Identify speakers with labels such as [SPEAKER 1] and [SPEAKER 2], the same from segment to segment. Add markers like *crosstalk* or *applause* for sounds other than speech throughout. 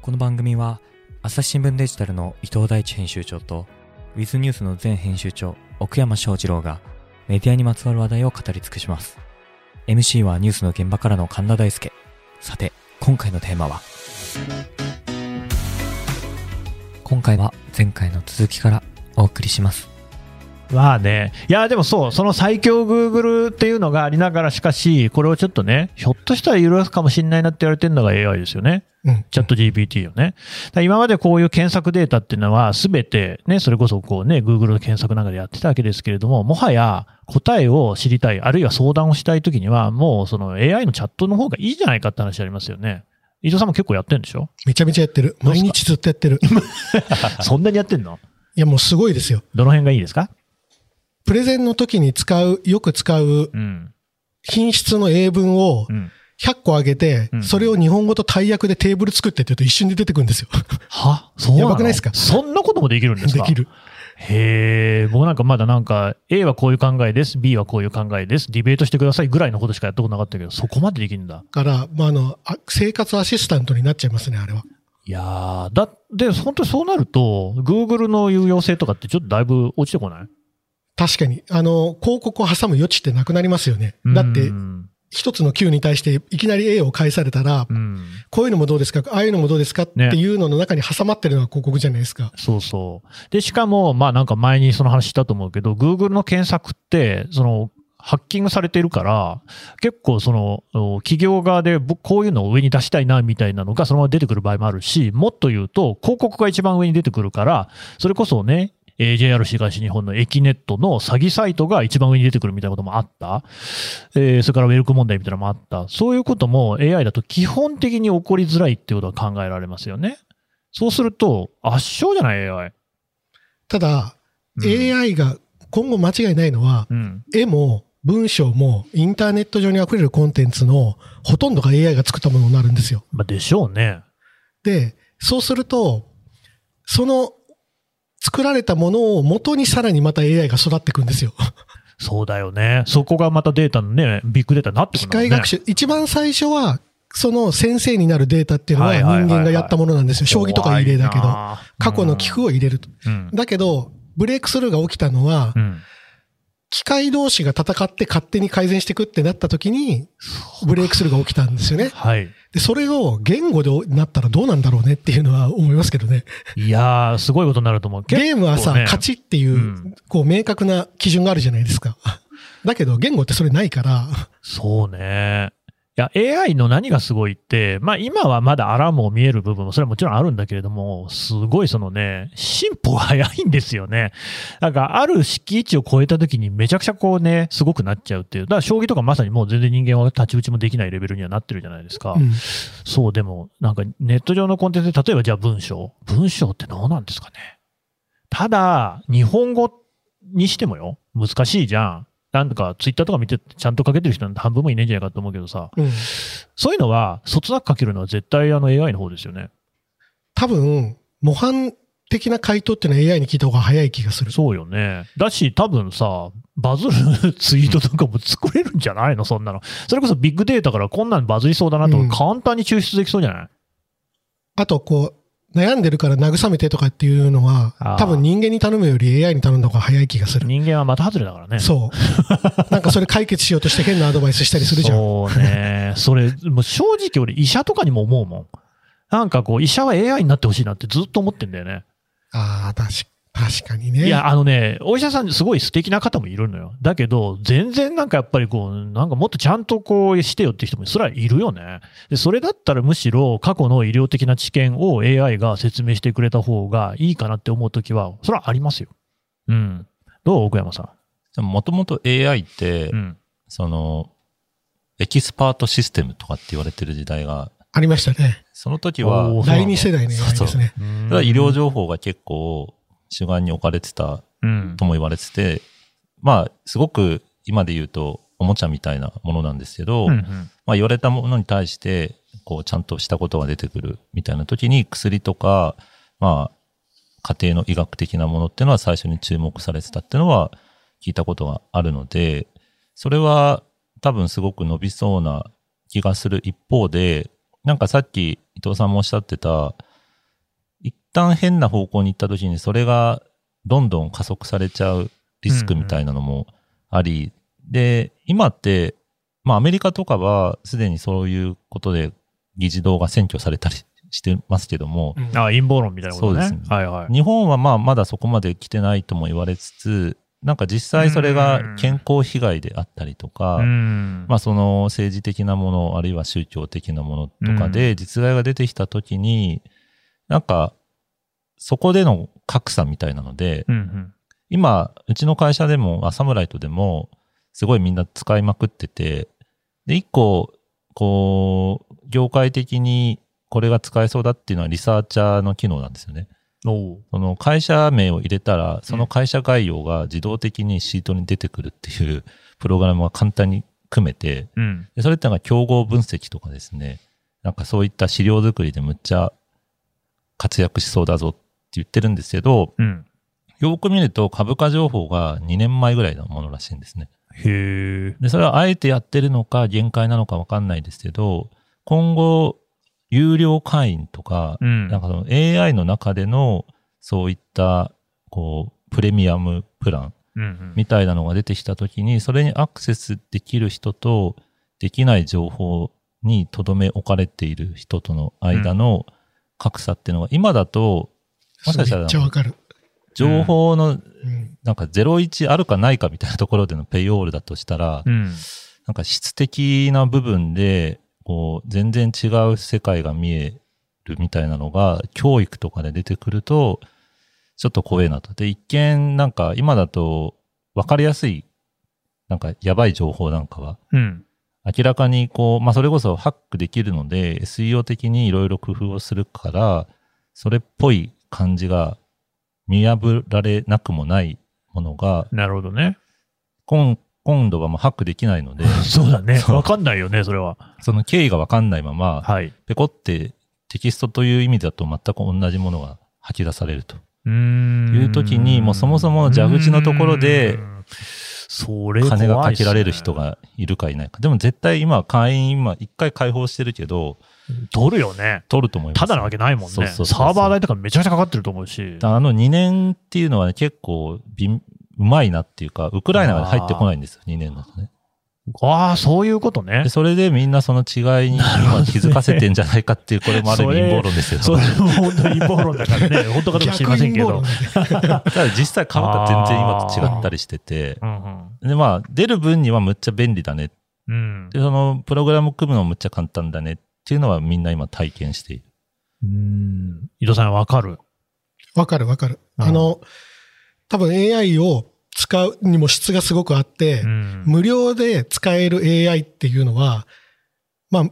[SPEAKER 1] この番組は朝日新聞デジタルの伊藤大地編集長とウィズニュースの前編集長奥山翔二郎がメディアにまつわる話題を語り尽くします MC はニュースの現場からの神田大輔さて今回のテーマは今回は前回の続きからお送りします
[SPEAKER 2] まあね、いやでもそう、その最強 Google っていうのがありながら、しかし、これをちょっとね、ひょっとしたら許すかもしれないなって言われてるのが AI ですよね、
[SPEAKER 3] うん
[SPEAKER 2] チャット GPT をね。だから今までこういう検索データっていうのは、すべて、ね、それこそこうね、Google の検索なんかでやってたわけですけれども、もはや答えを知りたい、あるいは相談をしたいときには、もうその AI のチャットの方がいいじゃないかって話ありますよね。伊藤さんも結構やってるんでしょ
[SPEAKER 3] めちゃめちゃやってる。
[SPEAKER 2] どうっす
[SPEAKER 3] 毎
[SPEAKER 2] か
[SPEAKER 3] 日ずっとやってる。 *laughs*
[SPEAKER 2] そんなにやってんの
[SPEAKER 3] いや、もうすごいですよ。
[SPEAKER 2] どの辺がいいですか
[SPEAKER 3] プレゼンの時に使う、よく使う
[SPEAKER 2] うん。
[SPEAKER 3] 品質の英文を
[SPEAKER 2] うん。
[SPEAKER 3] 100個あげて
[SPEAKER 2] う、ん
[SPEAKER 3] それを日本語と大役でテーブル作ってって言うと一瞬で出てくるんですよ。
[SPEAKER 2] はそうなの
[SPEAKER 3] やばくないですか
[SPEAKER 2] そんなこともできるんです
[SPEAKER 3] で
[SPEAKER 2] か
[SPEAKER 3] きる。
[SPEAKER 2] へえ、僕なんかまだなんか、A はこういう考えです、B はこういう考えです、ディベートしてくださいぐらいのことしかやったことなかったけど、そこまでできるんだ。
[SPEAKER 3] から、まあ、あの、あ生活アシスタントになっちゃいますね、あれは。
[SPEAKER 2] いやー、だって、本当にそうなると、Google の有用性とかってちょっとだいぶ落ちてこない
[SPEAKER 3] 確かに。あの、広告を挟む余地ってなくなりますよね。だっ
[SPEAKER 2] う
[SPEAKER 3] て、
[SPEAKER 2] ん。
[SPEAKER 3] 一つの Q に対していきなり A を返されたら、
[SPEAKER 2] うん
[SPEAKER 3] こういうのもどうですかああいうのもどうですかって
[SPEAKER 2] ね
[SPEAKER 3] いうのの中に挟まってるのが広告じゃないですか。
[SPEAKER 2] そうそう。で、しかも、まあなんか前にその話したと思うけど、Google の検索って、その、ハッキングされてるから、結構その、お企業側で僕こういうのを上に出したいなみたいなのがそのまま出てくる場合もあるし、もっと言うと、広告が一番上に出てくるから、それこそね、えー JR 東日本のエキネットの詐欺サイトが一番上に出てくるみたいなこともあった。えーそれからウェルク問題みたいなのもあった。そういうことも AI だと基本的に起こりづらいっていうことが考えられますよね。そうすると、圧勝じゃない AI。
[SPEAKER 3] ただ、
[SPEAKER 2] うん
[SPEAKER 3] AI が今後間違いないのは、
[SPEAKER 2] うん。
[SPEAKER 3] 絵も文章もインターネット上に溢れるコンテンツのほとんどが AI が作ったものになるんですよ。
[SPEAKER 2] まあ、でしょうね。
[SPEAKER 3] で、そうすると、その作られたものを元にさらにまた AI が育っていくんですよ。
[SPEAKER 2] そうだよね。そこがまたデータのね、ビッグデータになってく
[SPEAKER 3] 機
[SPEAKER 2] るんだもん
[SPEAKER 3] 械
[SPEAKER 2] ね
[SPEAKER 3] 学習、一番最初は、その先生になるデータっていうのは
[SPEAKER 2] はい
[SPEAKER 3] 人
[SPEAKER 2] はいはいはい
[SPEAKER 3] 間がやったものなんですよ。将棋とかいい例だけ
[SPEAKER 2] 怖い
[SPEAKER 3] ど、
[SPEAKER 2] なあ
[SPEAKER 3] 過去の寄付を入れると。
[SPEAKER 2] うん。
[SPEAKER 3] だけど、ブレイクスルーが起きたのは
[SPEAKER 2] う、ん。
[SPEAKER 3] 機械同士が戦って勝手に改善していくってなった時に、ブレイクスルーが起きたんですよね。
[SPEAKER 2] はい。
[SPEAKER 3] で、それを言語でなったらどうなんだろうねっていうのは思いますけどね。
[SPEAKER 2] いやー、すごいことになると思う。
[SPEAKER 3] ゲームはさ、
[SPEAKER 2] 結構ね
[SPEAKER 3] 勝ちっていう、
[SPEAKER 2] うん
[SPEAKER 3] こう、明確な基準があるじゃないですか。 *laughs* だけど、言語ってそれないから、
[SPEAKER 2] そうね。いや、AI の何がすごいって、まあ今はまだアラームを見える部分も、それはもちろんあるんだけれども、すごいそのね、進歩が早いんですよね。なんかある敷地を超えた時にめちゃくちゃこうね、すごくなっちゃうっていう。だから将棋とかまさにもう全然人間は立ち打ちもできないレベルにはなってるじゃないですか。
[SPEAKER 3] うん
[SPEAKER 2] そう、でも、なんかネット上のコンテンツで、例えばじゃあ文章。文章ってどうなんですかね。ただ、日本語にしてもよ、難しいじゃん。なんとか、ツイッターとか見て、ちゃんと書けてる人なんて半分もいないんじゃないかと思うけどさ、
[SPEAKER 3] うん
[SPEAKER 2] そういうのは、そつなく書けるのは絶対あの AI の方ですよね。
[SPEAKER 3] 多分、模範的な回答っていうのは AI に聞いた方が早い気がする。
[SPEAKER 2] そうよね。だし、多分さ、バズるツイートとかも作れるんじゃないのそんなの。それこそビッグデータからこんなんバズりそうだなと
[SPEAKER 3] うん、
[SPEAKER 2] 簡単に抽出できそうじゃない、
[SPEAKER 3] あと、こう、悩んでるから慰めてとかっていうのは
[SPEAKER 2] あー、
[SPEAKER 3] 多分人間に頼むより AI に頼んだ方が早い気がする。
[SPEAKER 2] 人間はまた外れだからね。
[SPEAKER 3] そう。なんかそれ解決しようとして変なアドバイスしたりするじゃん。
[SPEAKER 2] そうね。それ、もう正直俺医者とかにも思うもん。なんかこう、医者は AI になってほしいなってずっと思ってんだよね。
[SPEAKER 3] ああ、確か確かにね。
[SPEAKER 2] いや、あのね、お医者さんすごい素敵な方もいるのよ。だけど、全然なんかやっぱりこう、なんかもっとちゃんとこうしてよって人もすらいるよね。で、それだったらむしろ過去の医療的な知見を AI が説明してくれた方がいいかなって思うときは、それはありますよ。うん。どう奥山さ
[SPEAKER 4] でももともと AI って、
[SPEAKER 2] ん。うん。
[SPEAKER 4] その、エキスパートシステムとかって言われてる時代が、
[SPEAKER 3] ありましたね。
[SPEAKER 4] その時は
[SPEAKER 2] お、ーそうな
[SPEAKER 3] 第
[SPEAKER 2] んだ
[SPEAKER 3] 二世代の AI
[SPEAKER 4] そう
[SPEAKER 3] ですね。
[SPEAKER 4] ただ医療情報が結構主眼に置かれてた
[SPEAKER 2] うん
[SPEAKER 4] と。も言われてて、まあ、すごく今で言うと、おもちゃみたいなものなんですけど、
[SPEAKER 2] うんうん
[SPEAKER 4] まあ、言われたものに対して、こう、ちゃんとしたことが出てくるみたいな時に、薬とか、まあ、家庭の医学的なものっていうのは最初に注目されてたっていうのは聞いたことがあるので、それは多分すごく伸びそうな気がする一方で、なんかさっき伊藤さんもおっしゃってた、旦変な方向に行った時にそれがどんどん加速されちゃうリスクみたいなのもあり、で今って、まあ、アメリカとかはすでにそういうことで議事堂が占拠されたりしてますけども、
[SPEAKER 2] あ陰謀論みたいなことね。
[SPEAKER 4] そうですね
[SPEAKER 2] はいはい。
[SPEAKER 4] 日本はまあまだそこまで来てないとも言われつつ、なんか実際それが健康被害であったりとか、
[SPEAKER 2] うん
[SPEAKER 4] まあその政治的なもの、あるいは宗教的なものとかで実害が出てきたときに、なんかそこでの格差みたいなので、
[SPEAKER 2] うんうん
[SPEAKER 4] 今、うちの会社でも、あサムライトでも、すごいみんな使いまくってて、で、一個、こう、業界的にこれが使えそうだっていうのはリサーチャーの機能なんですよね。
[SPEAKER 2] おう
[SPEAKER 4] その会社名を入れたら、その会社概要が自動的にシートに出てくるっていう *laughs* プログラムが簡単に組めて、
[SPEAKER 2] うん
[SPEAKER 4] でそれってなんか競合分析とかですね、なんかそういった資料作りでむっちゃ活躍しそうだぞって言ってるんですけど、
[SPEAKER 2] うん
[SPEAKER 4] よく見ると株価情報が2年前ぐらいのものらしいんですね。
[SPEAKER 2] へえ。
[SPEAKER 4] で、それはあえてやってるのか限界なのかわかんないですけど、今後、有料会員とか、
[SPEAKER 2] うん
[SPEAKER 4] なんかその AI の中でのそういったこうプレミアムプラン
[SPEAKER 2] うんうん
[SPEAKER 4] みたいなのが出てきた時にそれにアクセスできる人とできない情報にとどめ置かれている人との間の格差っていうのが今だともしかしたら
[SPEAKER 3] めっちゃわかる。
[SPEAKER 4] 情報の
[SPEAKER 3] うん
[SPEAKER 4] なんか01あるかないかみたいなところでのペイオールだとしたら
[SPEAKER 2] うん
[SPEAKER 4] なんか質的な部分で、こう、全然違う世界が見えるみたいなのが、教育とかで出てくると、ちょっと怖いなと。で、一見、なんか今だと、わかりやすい、なんかやばい情報なんかは、
[SPEAKER 2] うん
[SPEAKER 4] 明らかにこう、まあそれこそハックできるので、SEO 的にいろいろ工夫をするから、それっぽい感じが見破られなくもないものが、
[SPEAKER 2] なるほどね。
[SPEAKER 4] 今今度はもうハックできないので、
[SPEAKER 2] そうだね。
[SPEAKER 4] そう
[SPEAKER 2] わかんないよね、それは。
[SPEAKER 4] その経緯がわかんないまま、
[SPEAKER 2] はい。
[SPEAKER 4] ペコってテキストという意味だと全く同じものが吐き出されると。
[SPEAKER 2] うーん
[SPEAKER 4] いう時にもうそもそも蛇口のところで
[SPEAKER 2] うーんそれ
[SPEAKER 4] 金が
[SPEAKER 2] 怖
[SPEAKER 4] か
[SPEAKER 2] いっす
[SPEAKER 4] け
[SPEAKER 2] ね
[SPEAKER 4] られる人がいるかいないか。でも絶対今会員今一回解放してるけど、
[SPEAKER 2] 取るよね。
[SPEAKER 4] 取ると思います。
[SPEAKER 2] ただなわけないもん
[SPEAKER 4] そう
[SPEAKER 2] ね。
[SPEAKER 4] そうそうそう
[SPEAKER 2] サーバー代とかめちゃくちゃかかってると思うし。
[SPEAKER 4] あの2年っていうのはね、結構びんうまいなっていうか、ウクライナが入ってこないんですよ、2年だとね。
[SPEAKER 2] ああ、そういうことね
[SPEAKER 4] で。それでみんなその違いに今気づかせてんじゃないかっていう、これもある意
[SPEAKER 2] そ
[SPEAKER 4] 味
[SPEAKER 2] れ
[SPEAKER 4] 陰謀論ですけど、
[SPEAKER 2] それも本当に陰謀論だ *laughs* からね。本当かどうか知りませんけ
[SPEAKER 3] 逆
[SPEAKER 2] ど。
[SPEAKER 3] 陰謀論だね
[SPEAKER 4] ただ実際株価全然今と違ったりしてて、
[SPEAKER 2] うん
[SPEAKER 4] でまあ出る分にはむっちゃ便利だね
[SPEAKER 2] うん。
[SPEAKER 4] で、そのプログラム組むのむっちゃ簡単だねっていうのはみんな今体験している。
[SPEAKER 2] うん。井戸さんわかる。
[SPEAKER 3] わかるわかる。
[SPEAKER 2] うん
[SPEAKER 3] あの、多分 AI を使うにも質がすごくあって、
[SPEAKER 2] うん
[SPEAKER 3] 無料で使える AI っていうのは、まあ、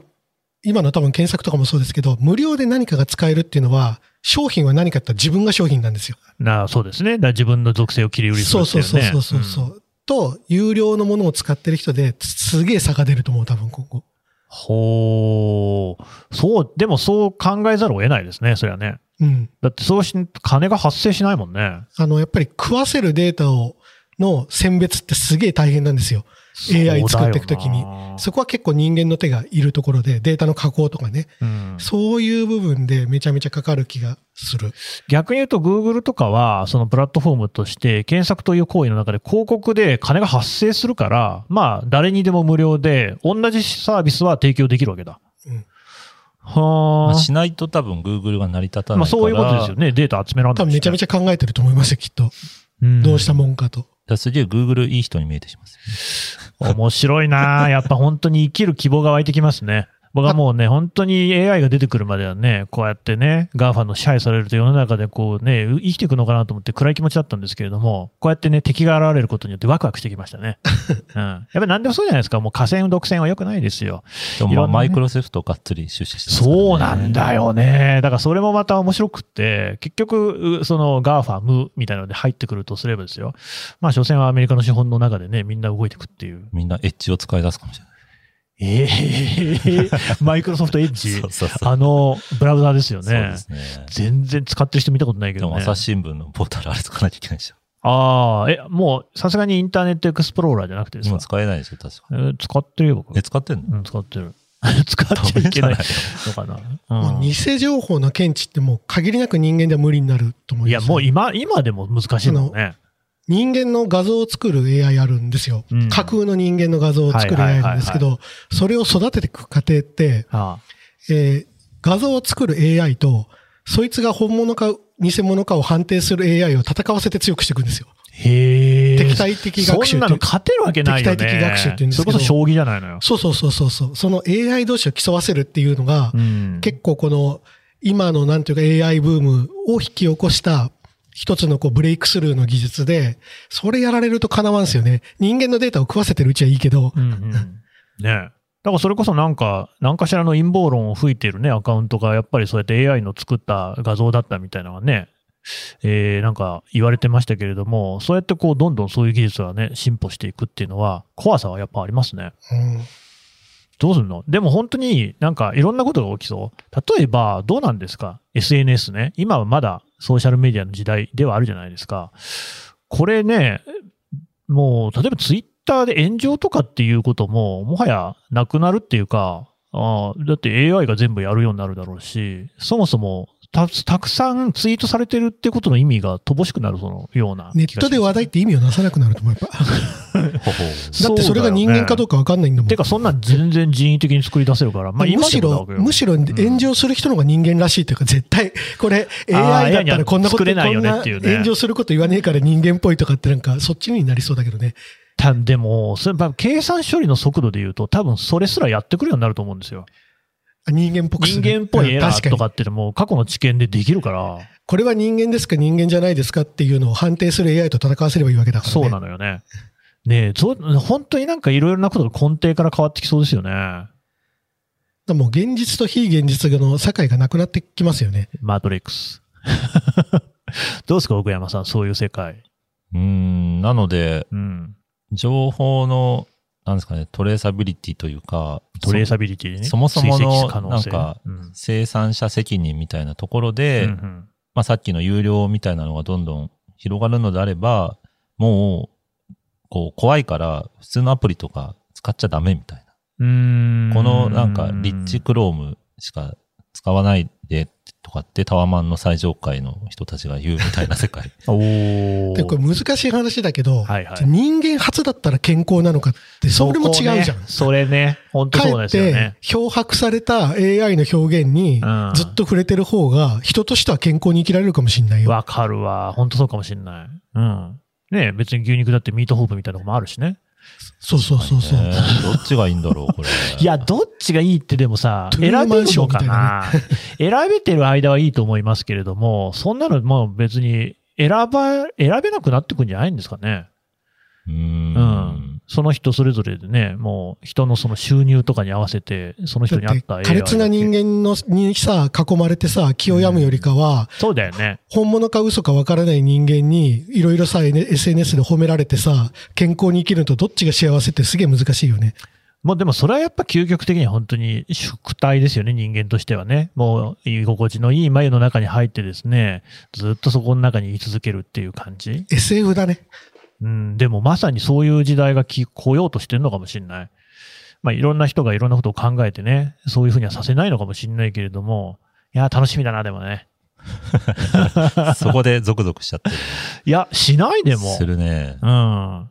[SPEAKER 3] 今の多分検索とかもそうですけど、無料で何かが使えるっていうのは、商品は何かって言ったら自分が商品なんですよ。
[SPEAKER 2] なあそうですね。だから自分の属性を切り売りす
[SPEAKER 3] そ
[SPEAKER 2] る
[SPEAKER 3] う
[SPEAKER 2] って
[SPEAKER 3] そう
[SPEAKER 2] い
[SPEAKER 3] そう
[SPEAKER 2] ね。
[SPEAKER 3] そうそうそう。と、有料のものを使ってる人で、すげえ差が出ると思う、多分今後。
[SPEAKER 2] ほう。そう、でもそう考えざるを得ないですね、そりゃね。
[SPEAKER 3] うん。
[SPEAKER 2] だってそうし、金が発生しないもんね。
[SPEAKER 3] あの、やっぱり食わせるデータを、の選別ってすげえ大変なんですよ。AI 作っていくときに
[SPEAKER 2] そうだよな
[SPEAKER 3] そこは結構人間の手がいるところで、データの加工とかね、
[SPEAKER 2] うん
[SPEAKER 3] そういう部分でめちゃめちゃかかる気がする。
[SPEAKER 2] 逆に言うと、Google とかは、そのプラットフォームとして、検索という行為の中で広告で金が発生するから、まあ、誰にでも無料で、同じサービスは提供できるわけだ。
[SPEAKER 3] うん
[SPEAKER 4] ま
[SPEAKER 2] は
[SPEAKER 4] あ
[SPEAKER 2] あ。
[SPEAKER 4] しないと多分 Google が成り立た
[SPEAKER 2] ま
[SPEAKER 4] な
[SPEAKER 2] あ、
[SPEAKER 4] いから。
[SPEAKER 2] そういうことですよね。データ集められな
[SPEAKER 3] 多
[SPEAKER 2] い
[SPEAKER 3] 分めちゃめちゃ考えてると思いますよ、きっと。
[SPEAKER 2] ゃ
[SPEAKER 3] どうしたもんかと。
[SPEAKER 4] だすげえ Google いい人に見えてします。
[SPEAKER 2] 面白い *laughs* なあやっぱ本当に生きる希望が湧いてきますね。僕はもうね、本当に AI が出てくるまではね、こうやってね、GAFA の支配されると世の中でこうね、う生きていくのかなと思って暗い気持ちだったんですけれども、こうやってね、敵が現れることによってワクワクしてきましたね。うん。やっぱり何でもそうじゃないですか。もう河川独占は良くないですよ。
[SPEAKER 4] で
[SPEAKER 2] い
[SPEAKER 4] もま
[SPEAKER 2] ろ
[SPEAKER 4] あ
[SPEAKER 2] んなね
[SPEAKER 4] マイクロソフトがっつり出資してますからね
[SPEAKER 2] そうなんだ。よね。だからそれもまた面白くって、結局、うその GAFA、ムみたいなので入ってくるとすればですよ。まあ、所詮はアメリカの資本の中でね、みんな動いていくっていう。
[SPEAKER 4] みんなエッジを使い出すかもしれない。
[SPEAKER 2] ええマイクロソフトエッジ
[SPEAKER 4] そうそうそう。
[SPEAKER 2] あの、ブラウザーですよ
[SPEAKER 4] そう
[SPEAKER 2] ね
[SPEAKER 4] で。すね。
[SPEAKER 2] 全然使ってる人見たことないけ
[SPEAKER 4] で
[SPEAKER 2] ど
[SPEAKER 4] も
[SPEAKER 2] ね。
[SPEAKER 4] 朝日新聞のポータルあれ使わなきゃいけないでしょ。
[SPEAKER 2] ああ、え、もう、さすがにインターネットエクスプローラーじゃなくてです
[SPEAKER 4] 今
[SPEAKER 2] か
[SPEAKER 4] 使えないでしょ、確か。
[SPEAKER 2] えー使ってるよ、僕。
[SPEAKER 4] え、使ってんの
[SPEAKER 2] うん、使ってる。 *laughs* 使っちゃいけないのかな。
[SPEAKER 3] も
[SPEAKER 2] う
[SPEAKER 3] うん偽情報の検知ってもう限りなく人間では無理になると思いま
[SPEAKER 2] いや、
[SPEAKER 3] す。
[SPEAKER 2] もう今、今でも難しいもんね。
[SPEAKER 3] 人間の画像を作る AI あるんですよ。
[SPEAKER 2] うん
[SPEAKER 3] 架空の人間の画像を作る
[SPEAKER 2] はいはい
[SPEAKER 3] AI
[SPEAKER 2] はいはい
[SPEAKER 3] なんですけど、それを育てていく過程って、
[SPEAKER 2] あ
[SPEAKER 3] えー画像を作る AI と、そいつが本物か偽物かを判定する AI を戦わせて強くしていくんですよ。
[SPEAKER 2] あへえ。
[SPEAKER 3] 敵対的学習
[SPEAKER 2] そんな
[SPEAKER 3] ってい
[SPEAKER 2] の
[SPEAKER 3] う。
[SPEAKER 2] 勝てるわけないよね。
[SPEAKER 3] 敵対的学習って言うんですけど
[SPEAKER 2] それこそ将棋じゃないのよ。
[SPEAKER 3] そうそうそうそうそう。その AI 同士を競わせるっていうのが、
[SPEAKER 2] うん
[SPEAKER 3] 結構この今のなんていうか AI ブームを引き起こした一つのこうブレイクスルーの技術で、それやられるとかなわんすよね。人間のデータを食わせてるうちはいいけど、
[SPEAKER 2] うんうん、ねえだからそれこそなんか、何かしらの陰謀論を吹いてるね、アカウントが、やっぱりそうやって AI の作った画像だったみたいなのがね、えーなんか言われてましたけれども、そうやってこう、どんどんそういう技術がね、進歩していくっていうのは、怖さはやっぱありますね。
[SPEAKER 3] うん
[SPEAKER 2] どうするのでも本当になんかいろんなことが起きそう。例えば、どうなんですか ?SNS ね。今はまだソーシャルメディアの時代ではあるじゃないですか。これね、もう、例えばツイッターで炎上とかっていうことも、もはやなくなるっていうか、あーだって AI が全部やるようになるだろうし、そもそもたたくさんツイートされてるってことの意味が乏しくなるそのような気
[SPEAKER 3] ネ
[SPEAKER 2] が
[SPEAKER 3] ットで話題って意味をなさなくなると思う。やっぱ
[SPEAKER 4] ほほ
[SPEAKER 3] だってそれが人間かどう
[SPEAKER 2] か。
[SPEAKER 3] かわかんないんだもん。
[SPEAKER 2] てか、そんなん全然人為的に作り出せるから、まあ、
[SPEAKER 3] む
[SPEAKER 2] 今
[SPEAKER 3] し
[SPEAKER 2] でもだわ
[SPEAKER 3] ろ、
[SPEAKER 2] けよ
[SPEAKER 3] むしろ炎上する人の方が人間らしいというか、絶対、これ AI だったらこんなこと
[SPEAKER 2] 作れないよねっていうね
[SPEAKER 3] こんな炎上すること言わねえから人間っぽいとかってなんか、そっちになりそうだけどね。
[SPEAKER 2] たでも、それまあ計算処理の速度で言うと、多分それすらやってくるようになると思うんですよ。
[SPEAKER 3] あ人間っぽくす
[SPEAKER 2] 人
[SPEAKER 3] る
[SPEAKER 2] 間っぽいエラ
[SPEAKER 3] うん確
[SPEAKER 2] ー
[SPEAKER 3] に
[SPEAKER 2] とかっていうのも、過去の知見でできるから、
[SPEAKER 3] これは人間ですか人間じゃないですかっていうのを判定する AI と戦わせればいいわけだからね。
[SPEAKER 2] そうなのよね。ねえ、そう本当になんかいろいろなことが根底から変わってきそうですよね。
[SPEAKER 3] だからもう現実と非現実の境がなくなってきますよね。
[SPEAKER 2] マトリックス。 *laughs* どうですか、奥山さん、そういう世界。
[SPEAKER 4] う。うーん、なので、
[SPEAKER 2] うん。
[SPEAKER 4] 情報の、なんですかね、トレーサビリティというか、
[SPEAKER 2] トレーサビリティね。
[SPEAKER 4] そもそもの
[SPEAKER 2] 追跡可能性
[SPEAKER 4] なんか
[SPEAKER 2] うん
[SPEAKER 4] 生産者責任みたいなところで、
[SPEAKER 2] うんうん
[SPEAKER 4] まあ、さっきの有料みたいなのがどんどん広がるのであれば、もう、こう、怖いから、普通のアプリとか使っちゃダメみたいな。
[SPEAKER 2] うーん
[SPEAKER 4] このなんか、リッチクロームしか使わないでとかって、タワマンの最上階の人たちが言うみたいな
[SPEAKER 2] *laughs*
[SPEAKER 4] 世界。
[SPEAKER 2] おー
[SPEAKER 3] で、これ難しい話だけど、
[SPEAKER 2] はいはい
[SPEAKER 3] じゃあ人間初だったら健康なのかって、それも違うじゃん。
[SPEAKER 2] そこねそれね。本当
[SPEAKER 3] か
[SPEAKER 2] そ
[SPEAKER 3] え
[SPEAKER 2] うで
[SPEAKER 3] っ
[SPEAKER 2] すよ
[SPEAKER 3] て
[SPEAKER 2] ね。、
[SPEAKER 3] 漂白された AI の表現に
[SPEAKER 2] うん
[SPEAKER 3] ずっと触れてる方が、人としては健康に生きられるかもしれないよ。
[SPEAKER 2] わかるわ。本当そうかもしれない。うん。ねえ別に牛肉だってミートホープみたいなとこもあるしね。
[SPEAKER 3] そうそうそうそう。
[SPEAKER 4] ねどっちがいいんだろう、これ。
[SPEAKER 2] いや、どっちがいいってでもさ、
[SPEAKER 3] トゥ
[SPEAKER 2] 選べ
[SPEAKER 3] ルー
[SPEAKER 2] る
[SPEAKER 3] マンショ
[SPEAKER 2] の
[SPEAKER 3] ンみ
[SPEAKER 2] か
[SPEAKER 3] たい
[SPEAKER 2] な
[SPEAKER 3] な
[SPEAKER 2] 選 *laughs* べてる間はいいと思いますけれども、そんなのもう別に選ば、選べなくなってくんじゃないんですかね。
[SPEAKER 4] うー
[SPEAKER 2] うんん。その人それぞれでね、もう人のその収入とかに合わせて、その人に
[SPEAKER 3] だ
[SPEAKER 2] 合
[SPEAKER 3] っ
[SPEAKER 2] ってた AI
[SPEAKER 3] 苛烈な人
[SPEAKER 2] だけ。
[SPEAKER 3] 間のにさ、囲まれてさ、気を病むよりかは、
[SPEAKER 2] そうだよね。
[SPEAKER 3] 本物か嘘かわからない人間に、いろいろさ、N- SNS で褒められてさ、健康に生きるのとどっちが幸せってすげえ難しいよね。
[SPEAKER 2] もうでもそれはやっぱ究極的には本当に宿体ですよね、人間としてはね。もう居心地のいい眉の中に入ってですね、ずっとそこの中に居続けるっていう感じ。
[SPEAKER 3] SF だね。
[SPEAKER 2] うん、でもまさにそういう時代がき来ようとしてるのかもしれない。まあいろんな人がいろんなことを考えてね、そういうふうにはさせないのかもしれないけれども、いや、楽しみだな、でもね。
[SPEAKER 4] そこでゾクゾクしちゃってる。
[SPEAKER 2] いや、し *laughs* ないでも。
[SPEAKER 4] するね。
[SPEAKER 2] うん。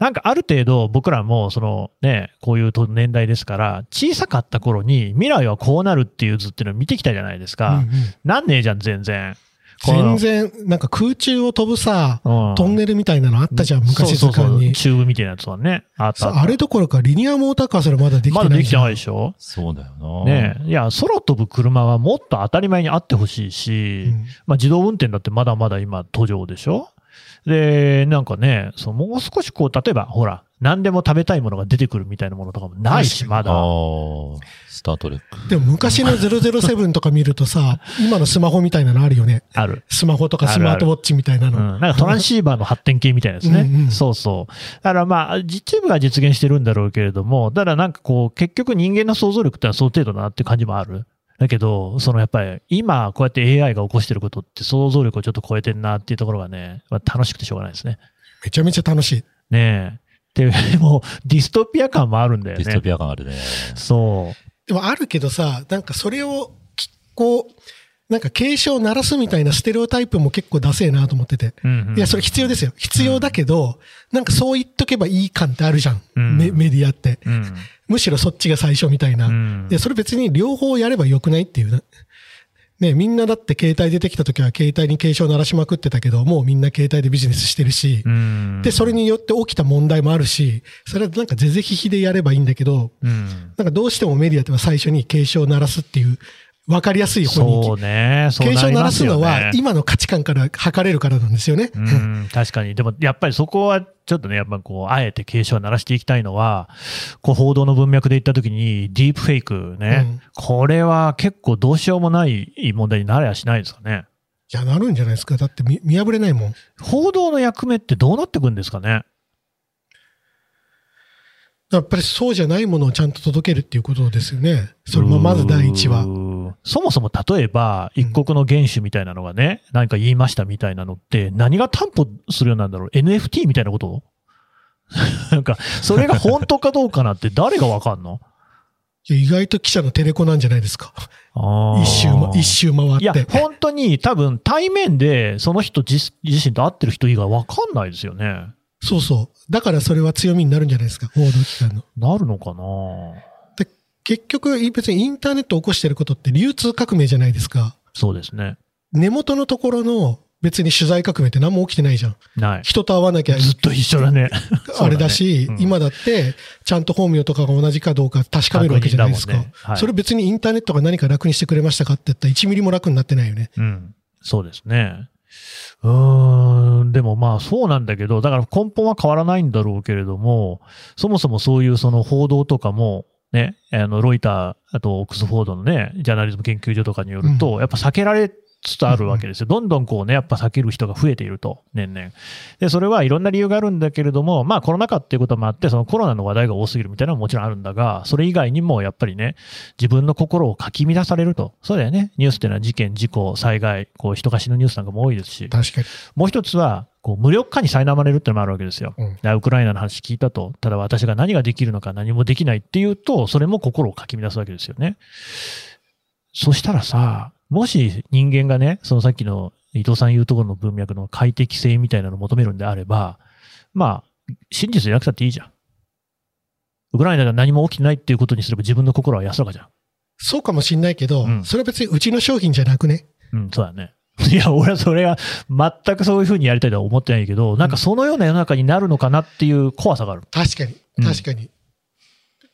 [SPEAKER 2] なんかある程度僕らもそのね、こういうと年代ですから、小さかった頃に未来はこうなるっていう図っていうのを見てきたじゃないです
[SPEAKER 3] う
[SPEAKER 2] か。
[SPEAKER 3] んうん
[SPEAKER 2] なんねえじゃん、全然。
[SPEAKER 3] 全然、なんか空中を飛ぶさ、
[SPEAKER 2] 然
[SPEAKER 3] トンネルみたいなのあったじゃん、昔図
[SPEAKER 2] そうそう
[SPEAKER 3] 鑑
[SPEAKER 2] そう、
[SPEAKER 3] に。
[SPEAKER 2] チューブみたいなやつはね。あった
[SPEAKER 3] さ
[SPEAKER 2] あった
[SPEAKER 3] あれどころかリニアモーターカーすらまだでき
[SPEAKER 2] ま
[SPEAKER 3] て
[SPEAKER 2] だ
[SPEAKER 3] ない
[SPEAKER 2] でき
[SPEAKER 3] じ
[SPEAKER 2] て
[SPEAKER 3] ゃん。
[SPEAKER 2] ないでしょ
[SPEAKER 4] そうだよな。
[SPEAKER 2] ねえいや、空飛ぶ車はもっと当たり前にあってほしいし、
[SPEAKER 3] うん
[SPEAKER 2] まあ、自動運転だってまだまだ今途上でしょで、なんかね、そのもう少しこう、例えば、ほら、何でも食べたいものが出てくるみたいなものとかもないし、
[SPEAKER 3] 確
[SPEAKER 2] ま
[SPEAKER 4] あ
[SPEAKER 2] だ。
[SPEAKER 4] あ、スタートレック。
[SPEAKER 3] でも昔の007とか見るとさ、今のスマホみたいなのあるよね。
[SPEAKER 2] ある。
[SPEAKER 3] スマホとか
[SPEAKER 2] あ
[SPEAKER 3] ス
[SPEAKER 2] る
[SPEAKER 3] マ
[SPEAKER 2] ある
[SPEAKER 3] ートウォッチみたいな
[SPEAKER 2] うん
[SPEAKER 3] の。、
[SPEAKER 2] なんかトランシーバーの発展系みたいなですね。
[SPEAKER 3] うんうん
[SPEAKER 2] そうそう。だからまあ、実部は実現してるんだろうけれども、ただなんかこう、結局人間の想像力ってのはその程度だなっていう感じもある。だけど、そのやっぱり今こうやって AI が起こしてることって想像力をちょっと超えてんなっていうところがね、まあ、楽しくてしょうがないですね。
[SPEAKER 3] めちゃめちゃ楽しい。
[SPEAKER 2] *laughs* ねえ。で、もうディストピア感もあるんだよ
[SPEAKER 4] ディスト
[SPEAKER 2] ね。
[SPEAKER 4] ピア感あるね。
[SPEAKER 2] そう。
[SPEAKER 3] でもあるけどさ、なんかそれを、きこう、なんか警鐘を鳴らすみたいなステレオタイプも結構ダセえなと思ってて。
[SPEAKER 2] うんうん
[SPEAKER 3] いや、それ必要ですよ。必要だけど、なんかそう言っとけばいい感ってあるじゃん。
[SPEAKER 2] うん
[SPEAKER 3] メメディアって。
[SPEAKER 2] うん
[SPEAKER 3] むしろそっちが最初みたいな。
[SPEAKER 2] うん
[SPEAKER 3] で、それ別に両方やればよくないっていうな。ね、みんなだって携帯出てきた時は携帯に警鐘を鳴らしまくってたけど、もうみんな携帯でビジネスしてるし、
[SPEAKER 2] うん
[SPEAKER 3] で、それによって起きた問題もあるし、それはなんか是々非々でやればいいんだけど、
[SPEAKER 2] うん
[SPEAKER 3] なんかどうしてもメディアってのは最初に警鐘を鳴らすっていう、わかりやすい方に
[SPEAKER 2] そ
[SPEAKER 3] 行
[SPEAKER 2] う
[SPEAKER 3] き、
[SPEAKER 2] ね、そう
[SPEAKER 3] 警
[SPEAKER 2] な
[SPEAKER 3] 鐘を
[SPEAKER 2] り
[SPEAKER 3] 鳴
[SPEAKER 2] ま
[SPEAKER 3] ら
[SPEAKER 2] す
[SPEAKER 3] す
[SPEAKER 2] よ
[SPEAKER 3] の
[SPEAKER 2] ね
[SPEAKER 3] は今の価値観から測れるからなんですよね。
[SPEAKER 2] うん、確かに。でも、やっぱりそこは、ちょっとね、やっぱこう、あえて警鐘を鳴らしていきたいのは、こう、報道の文脈で言ったときに、ディープフェイクね、
[SPEAKER 3] うん
[SPEAKER 2] これは結構どうしようもない問題になりゃしないですかね。
[SPEAKER 3] いや、なるんじゃないですか。だって見見破れないもん。
[SPEAKER 2] 報道の役目ってどうなってくんですかね。
[SPEAKER 3] やっぱりそうじゃないものをちゃんと届けるっていうことですよね。それもまず第一は
[SPEAKER 2] う。ーん。そもそも例えば、一国の元首みたいなのがね、何か言いましたみたいなのって、何が担保するようになるんだろう ?NFT みたいなこと *laughs* なんか、それが本当かどうかなんて誰がわかんの
[SPEAKER 3] いや意外と記者のテレコなんじゃないですか。
[SPEAKER 2] あー
[SPEAKER 3] 一周ま、一周回っ
[SPEAKER 2] いや
[SPEAKER 3] て、。
[SPEAKER 2] 本当に多分対面でその人自自身と会ってる人以外わかんないですよね。
[SPEAKER 3] そうそう。だからそれは強みになるんじゃないですか。報道機関の。
[SPEAKER 2] なるのかな
[SPEAKER 3] 結局、別にインターネットを起こしてることって流通革命じゃないですか。
[SPEAKER 2] そうですね。
[SPEAKER 3] 根元のところの別に取材革命って何も起きてないじゃん。
[SPEAKER 2] ない。
[SPEAKER 3] 人と会わなきゃ
[SPEAKER 2] ずっと一緒だね。
[SPEAKER 3] あれだし、
[SPEAKER 2] そうだねうん
[SPEAKER 3] 今だってちゃんと本名とかが同じかどうか確かめるわけじゃないですか。
[SPEAKER 2] 確認だもんねはい
[SPEAKER 3] それ別にインターネットが何か楽にしてくれましたかって言ったら1ミリも楽になってないよね。
[SPEAKER 2] うん。そうですね。うーん。でもまあそうなんだけど、だから根本は変わらないんだろうけれども、そもそもそういうその報道とかも、ね、あの、ロイター、あとオックスフォードのね、ジャーナリズム研究所とかによると、やっぱ避けられつつあるわけですよ。どんどんこうね、やっぱ避ける人が増えていると、年々。で、それはいろんな理由があるんだけれども、まあコロナ禍っていうこともあって、そのコロナの話題が多すぎるみたいなのももちろんあるんだが、それ以外にもやっぱりね、自分の心をかき乱されると。そうだよね。ニュースっていうのは事件、事故、災害、こう人が死ぬニュースなんかも多いですし、
[SPEAKER 3] 確かに。
[SPEAKER 2] もう一つは、こう無力化に苛まれるっていうのもあるわけですよ。
[SPEAKER 3] うん
[SPEAKER 2] でウクライナの話聞いたと、ただ私が何ができるのか何もできないっていうと、それも心をかき乱すわけですよね。そしたらさ、もし人間がね、そのさっきの伊藤さん言うところの文脈の快適性みたいなのを求めるんであれば、まあ、真実じゃなくたっていいじゃん。ウクライナが何も起きてないっていうことにすれば自分の心は安らかじゃん。
[SPEAKER 3] そうかもしんないけど、
[SPEAKER 2] うん
[SPEAKER 3] それは別にうちの商品じゃなくね。
[SPEAKER 2] うん、そうだね。 *laughs* いや、俺はそれは全くそういうふうにやりたいとは思ってないけど、なんかそのような世の中になるのかなっていう怖さがある。
[SPEAKER 3] 確かに
[SPEAKER 2] う。ん
[SPEAKER 3] 確かに。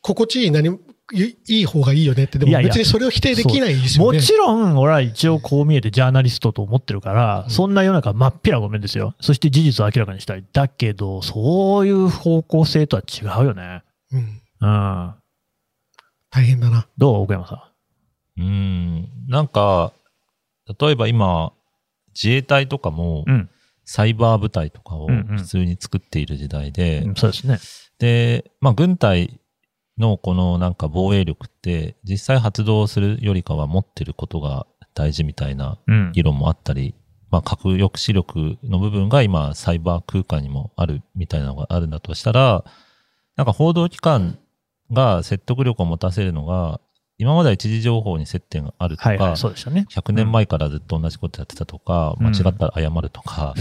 [SPEAKER 3] 心地いい何も、いいい方がいいよねって、で
[SPEAKER 2] いや
[SPEAKER 3] も
[SPEAKER 2] いや
[SPEAKER 3] 別にそれを否定できないですよ
[SPEAKER 2] も
[SPEAKER 3] ね。
[SPEAKER 2] ちろん、俺は一応こう見えてジャーナリストと思ってるから、
[SPEAKER 3] うん
[SPEAKER 2] そんな世の中真っ平ごめんですよ。そして事実を明らかにしたい。だけど、そういう方向性とは違うよね。
[SPEAKER 3] うん。
[SPEAKER 2] うん。
[SPEAKER 3] 大変だな。
[SPEAKER 2] どう奥山さ
[SPEAKER 4] うん、なんか、例えば今、自衛隊とか
[SPEAKER 2] ん。、
[SPEAKER 4] も
[SPEAKER 2] うん。
[SPEAKER 4] サイバー部隊とかを
[SPEAKER 2] うんうん
[SPEAKER 4] 普通に作っている時代で、
[SPEAKER 2] そうですね。
[SPEAKER 4] で、まあ、軍隊のこのなんか防衛力って、実際発動するよりかは持ってることが大事みたいな
[SPEAKER 2] うん。
[SPEAKER 4] 議論もあったり、まあ、核抑止力の部分が今、サイバー空間にもあるみたいなのがあるんだとしたら、なんか報道機関が説得力を持たせるのが、今までは一時情報に接点があるとか、
[SPEAKER 2] はいはい、そうでしたね。
[SPEAKER 4] 100年前からずっと同じことやってたとか、
[SPEAKER 2] うん
[SPEAKER 4] 間違ったら謝る
[SPEAKER 2] *laughs*
[SPEAKER 4] とか、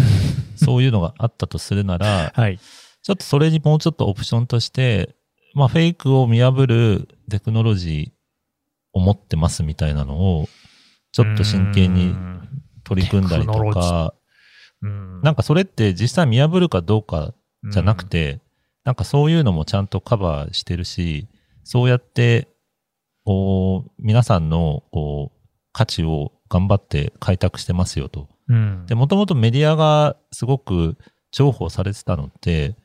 [SPEAKER 4] そういうのがあったとするなら、
[SPEAKER 2] はい。
[SPEAKER 4] ちょっとそれにもうちょっとオプションとして、まあ、フェイクを見破るテクノロジーを持ってますみたいなのを、ちょっと真剣
[SPEAKER 2] う
[SPEAKER 4] に
[SPEAKER 2] ん
[SPEAKER 4] 取り組んだり
[SPEAKER 2] テクノ
[SPEAKER 4] と
[SPEAKER 2] ロジー
[SPEAKER 4] か、
[SPEAKER 2] うん。
[SPEAKER 4] なんかそれって実際見破るかどうかじゃなくて、なんかそういうのもちゃんとカバーしてるし、そうやって、こう、皆さんの、こう、価値を頑張って開拓してますよと。
[SPEAKER 2] うん、
[SPEAKER 4] で、もともとメディアがすごく重宝されてたのって、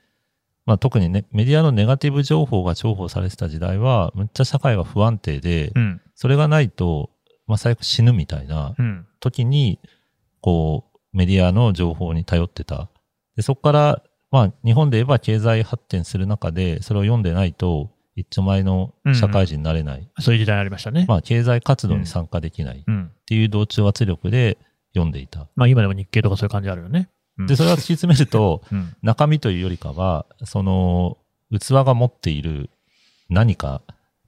[SPEAKER 4] まあ特にね、メディアのネガティブ情報が重宝されてた時代は、むっちゃ社会が不安定で、
[SPEAKER 2] うん。
[SPEAKER 4] それがないと、まあ最悪死ぬみたいな
[SPEAKER 2] うん。
[SPEAKER 4] 時に、こう、メディアの情報に頼ってた。で、そこから、まあ、日本で言えば経済発展する中で、それを読んでないと、一丁前の社会人になれない。
[SPEAKER 2] そういう時代ありましたね。
[SPEAKER 4] まあ、経済活動に参加できないっ
[SPEAKER 2] うん。
[SPEAKER 4] ていう同調圧力で読んでいた。
[SPEAKER 2] まあ今でも日経とかそういう感じあるよね。うん
[SPEAKER 4] で、それは突き詰めると、
[SPEAKER 2] うん。
[SPEAKER 4] 中身というよりかは、その、器が持っている何か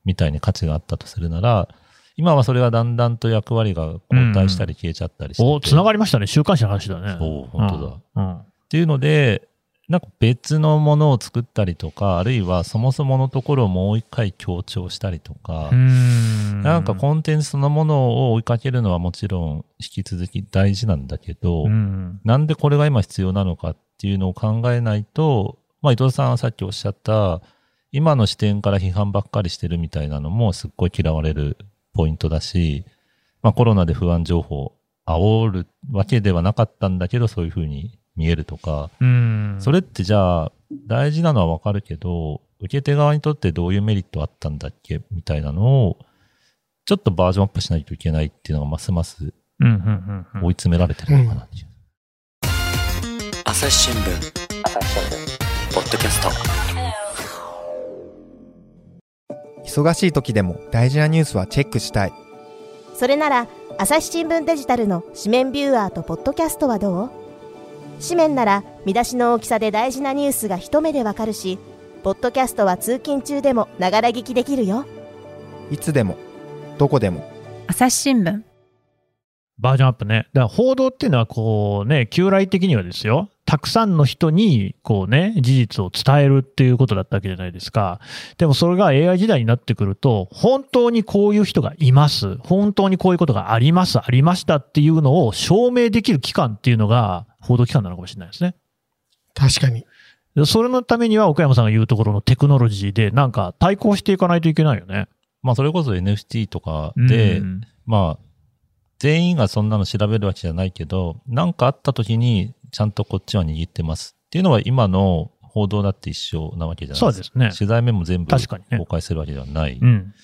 [SPEAKER 4] みたいに価値があったとするなら、今はそれがだんだんと役割が交代したり消えちゃったりしてて、
[SPEAKER 2] おつながりましたね。週刊誌の話だね。
[SPEAKER 4] そう本当だ
[SPEAKER 2] うん。うん
[SPEAKER 4] っていうので、なんか別のものを作ったりとか、あるいはそもそものところをもう一回強調したりとか、
[SPEAKER 2] うん
[SPEAKER 4] なんかコンテンツそのものを追いかけるのはもちろん引き続き大事なんだけど、
[SPEAKER 2] うん
[SPEAKER 4] なんでこれが今必要なのかっていうのを考えないと、まあ、伊藤さんはさっきおっしゃった、今の視点から批判ばっかりしてるみたいなのもすっごい嫌われるポイントだし、まあ、コロナで不安情報、煽るわけではなかったんだけど、そういうふうに見えるとか、
[SPEAKER 2] うん。
[SPEAKER 4] そ
[SPEAKER 2] れ
[SPEAKER 4] れってじゃあ、大事なのはわかるけど、受け手側にとってどういうメリットあったんだっけみたいなのを、ちょっとバージョンアップしないといけないっていうのがますます
[SPEAKER 2] うんうんうんうん
[SPEAKER 4] 追い詰められてるのかなっていう。
[SPEAKER 1] 朝日新聞ポッドキャスト
[SPEAKER 5] 忙しい時でも大事なニュースはチェックしたい
[SPEAKER 6] それなら朝日新聞デジタルの紙面ビューアーとポッドキャストはどう紙面なら見出しの大きさで大事なニュースが一目でわかるしポッドキャストは通勤中でもながら聞きできるよ
[SPEAKER 5] いつでもどこでも
[SPEAKER 7] 朝日新聞
[SPEAKER 2] バージョンアップね。だから報道っていうのは、こうね、旧来的にはですよ、たくさんの人に、こうね、事実を伝えるっていうことだったわけじゃないですか。でもそれが AI 時代になってくると、本当にこういう人がいます。本当にこういうことがあります、ありましたっていうのを証明できる機関っていうのが、報道機関なのかもしれないですね。
[SPEAKER 3] 確かに。
[SPEAKER 2] でそれのためには、奥山さんが言うところのテクノロジーで、なんか対抗していかないといけないよね。
[SPEAKER 4] まあ、それこそ NFT とかで、
[SPEAKER 2] うん
[SPEAKER 4] まあ、全員がそんなの調べるわけじゃないけど、なんかあった時に、ちゃんとこっちは握ってます。っていうのは今の報道だって一緒なわけじゃない
[SPEAKER 2] そうですね。
[SPEAKER 4] 取材面も全部
[SPEAKER 2] 確かにね
[SPEAKER 4] 公開するわけではない。
[SPEAKER 2] うん。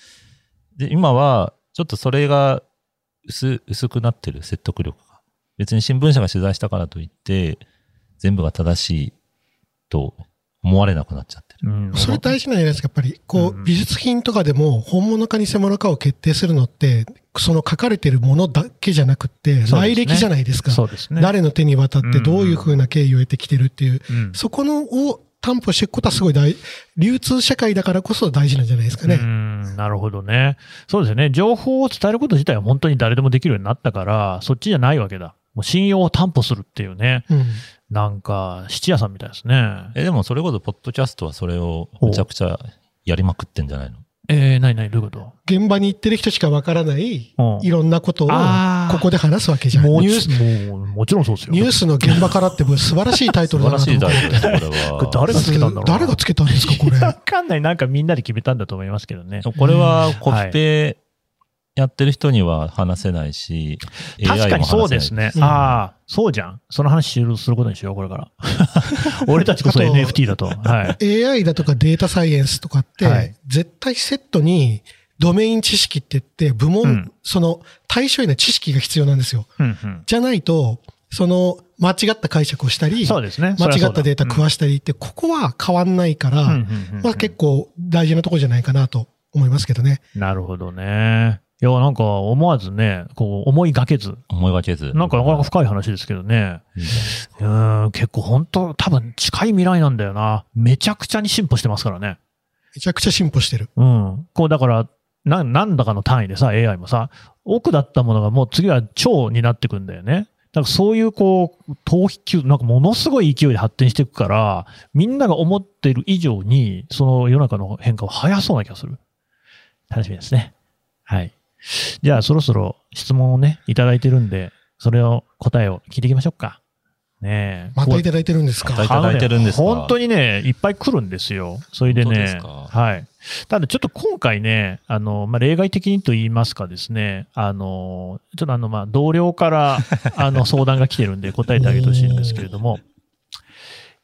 [SPEAKER 4] で、今は、ちょっとそれが薄、薄くなってる、説得力が。別に新聞社が取材したからといって、全部が正しいと思われなくなっちゃってる。
[SPEAKER 2] うん
[SPEAKER 3] それ大事なんじゃないですか、やっぱり。こ
[SPEAKER 2] う
[SPEAKER 3] う、
[SPEAKER 2] ん
[SPEAKER 3] 美術品とかでも、本物か偽物かを決定するのって、その書かれてるものだけじゃなくって、
[SPEAKER 2] そうですね
[SPEAKER 3] 来歴じゃないですか。
[SPEAKER 2] そうですね。
[SPEAKER 3] 誰の手に渡ってどういうふうな経緯を得てきてるっていう、
[SPEAKER 2] うん
[SPEAKER 3] そこのを担保していくことはすごい大、流通社会だからこそ大事なんじゃないですか
[SPEAKER 2] う
[SPEAKER 3] ね。
[SPEAKER 2] ん、なるほどね。そうですよね。情報を伝えること自体は本当に誰でもできるようになったから、そっちじゃないわけだ。もう信用を担保するっていうね。
[SPEAKER 3] うん。
[SPEAKER 2] なんか、質屋さんみたいですね。
[SPEAKER 4] え、でもそれこそ、ポッドキャストはそれをむちゃくちゃやりまくってんじゃないの
[SPEAKER 2] えー、なになにどういうこと
[SPEAKER 3] 現場に行ってる人しかわからない、
[SPEAKER 2] うん
[SPEAKER 3] いろんなことを、こ
[SPEAKER 2] あー
[SPEAKER 3] こで話すわけじゃん。
[SPEAKER 2] も
[SPEAKER 3] ニュース、
[SPEAKER 2] ちもうもちろんそうですよ。
[SPEAKER 3] ニュースの現場からってもう素晴らしいタイト
[SPEAKER 4] 素
[SPEAKER 3] ルだ
[SPEAKER 4] 晴
[SPEAKER 3] な
[SPEAKER 2] *laughs*
[SPEAKER 4] ら
[SPEAKER 3] と
[SPEAKER 4] し
[SPEAKER 3] 思
[SPEAKER 4] い
[SPEAKER 3] って
[SPEAKER 4] 大学です、これは。
[SPEAKER 2] これ誰がつけたんだろうな
[SPEAKER 3] 誰がつけたんですか、これ。
[SPEAKER 2] *laughs* わかんない。なんかみんなで決めたんだと思いますけどね。
[SPEAKER 4] これはコピペやってる人には話せないし、
[SPEAKER 2] 確か
[SPEAKER 4] AI も
[SPEAKER 2] に
[SPEAKER 4] 話せない
[SPEAKER 2] そうですね。
[SPEAKER 3] うん
[SPEAKER 2] ああ、そうじゃん。その話終了することにしよう、こ
[SPEAKER 3] *laughs*
[SPEAKER 2] れから。俺たちこそ
[SPEAKER 3] あと
[SPEAKER 2] NFT だと。はい。
[SPEAKER 3] AI だとかデータサイエンスとかって、
[SPEAKER 2] はい
[SPEAKER 3] 絶対セットにドメイン知識って言って、部門、
[SPEAKER 2] うん
[SPEAKER 3] その対象への知識が必要なんですよ。
[SPEAKER 2] うんうん
[SPEAKER 3] じゃないと、その間違った解釈をしたり、
[SPEAKER 2] そうですね。そ
[SPEAKER 3] 間
[SPEAKER 2] りゃ
[SPEAKER 3] 違
[SPEAKER 2] そう
[SPEAKER 3] ったデータ食わ
[SPEAKER 2] し
[SPEAKER 3] したりって、ここは変わんないから、
[SPEAKER 2] た。うんうんうんうん
[SPEAKER 3] まあ結構大事なとこじゃないかなと思いますけどね。
[SPEAKER 2] なるほどね。いや、なんか思わずね、こう思いがけず、
[SPEAKER 4] 思いがけず。
[SPEAKER 2] なんかなかなか深い話ですけどね。 *laughs*
[SPEAKER 4] うん
[SPEAKER 2] うーん、結構本当、多分近い未来なんだよな。めちゃくちゃに進歩してますからね。
[SPEAKER 3] めちゃくちゃ進歩してる。
[SPEAKER 2] うん。こうだから、な、なんだかの単位でさ、AI もさ、奥だったものがもう次は超になってくんだよね。なんかそういうこう、逃避級、なんかものすごい勢いで発展していくから、みんなが思ってる以上に、その世の中の変化は早そうな気がする。楽しみですね。はい。じゃあそろそろ質問をね、いただいてるんで、それを答えを聞いていきましょうか。ねえ。
[SPEAKER 3] またいただいてるんです
[SPEAKER 4] また
[SPEAKER 3] か。
[SPEAKER 4] いただいてるんですか
[SPEAKER 2] あのね本当にね、いっぱい来るんですよ。それで
[SPEAKER 4] 本当です
[SPEAKER 2] ね。
[SPEAKER 4] か
[SPEAKER 2] はい。ただちょっと今回ね、あの、まあ、例外的にと言いますかですね、あの、ちょっとあの、まあ、同僚
[SPEAKER 4] *laughs*
[SPEAKER 2] から、あの、相談が来てるんで答えてあげてほしいんですけれども、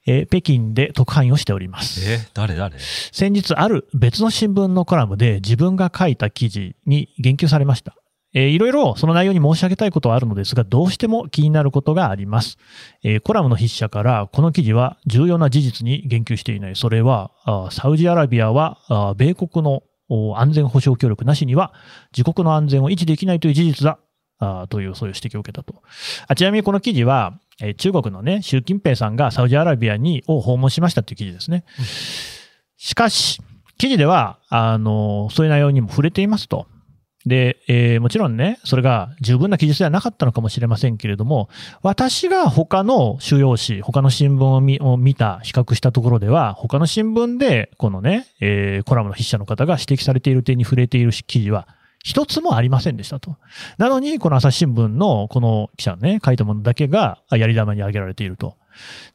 [SPEAKER 2] えー北京で特派員をしております。
[SPEAKER 4] え、誰誰
[SPEAKER 2] 先日ある別の新聞のコラムで自分が書いた記事に言及されました。えーいろいろその内容に申し上げたいことはあるのですが、どうしても気になることがあります。えーコラムの筆者から、この記事は重要な事実に言及していない。それは、あーサウジアラビアは、あー米国のお安全保障協力なしには、自国の安全を維持できないという事実だ。あーという、そういう指摘を受けたと。あちなみにこの記事は、えー中国のね、習近平さんがサウジアラビアにを訪問しましたという記事ですね。しかし、記事では、あの、そういう内容にも触れていますと。で、えーもちろんね、それが十分な記述ではなかったのかもしれませんけれども、私が他の主要紙、他の新聞を見を見た、比較したところでは、他の新聞で、このね、えーコラムの筆者の方が指摘されている点に触れている記事は、一つもありませんでしたと。なのに、この朝日新聞のこの記者のね、書いたものだけがあやり玉に挙げられていると。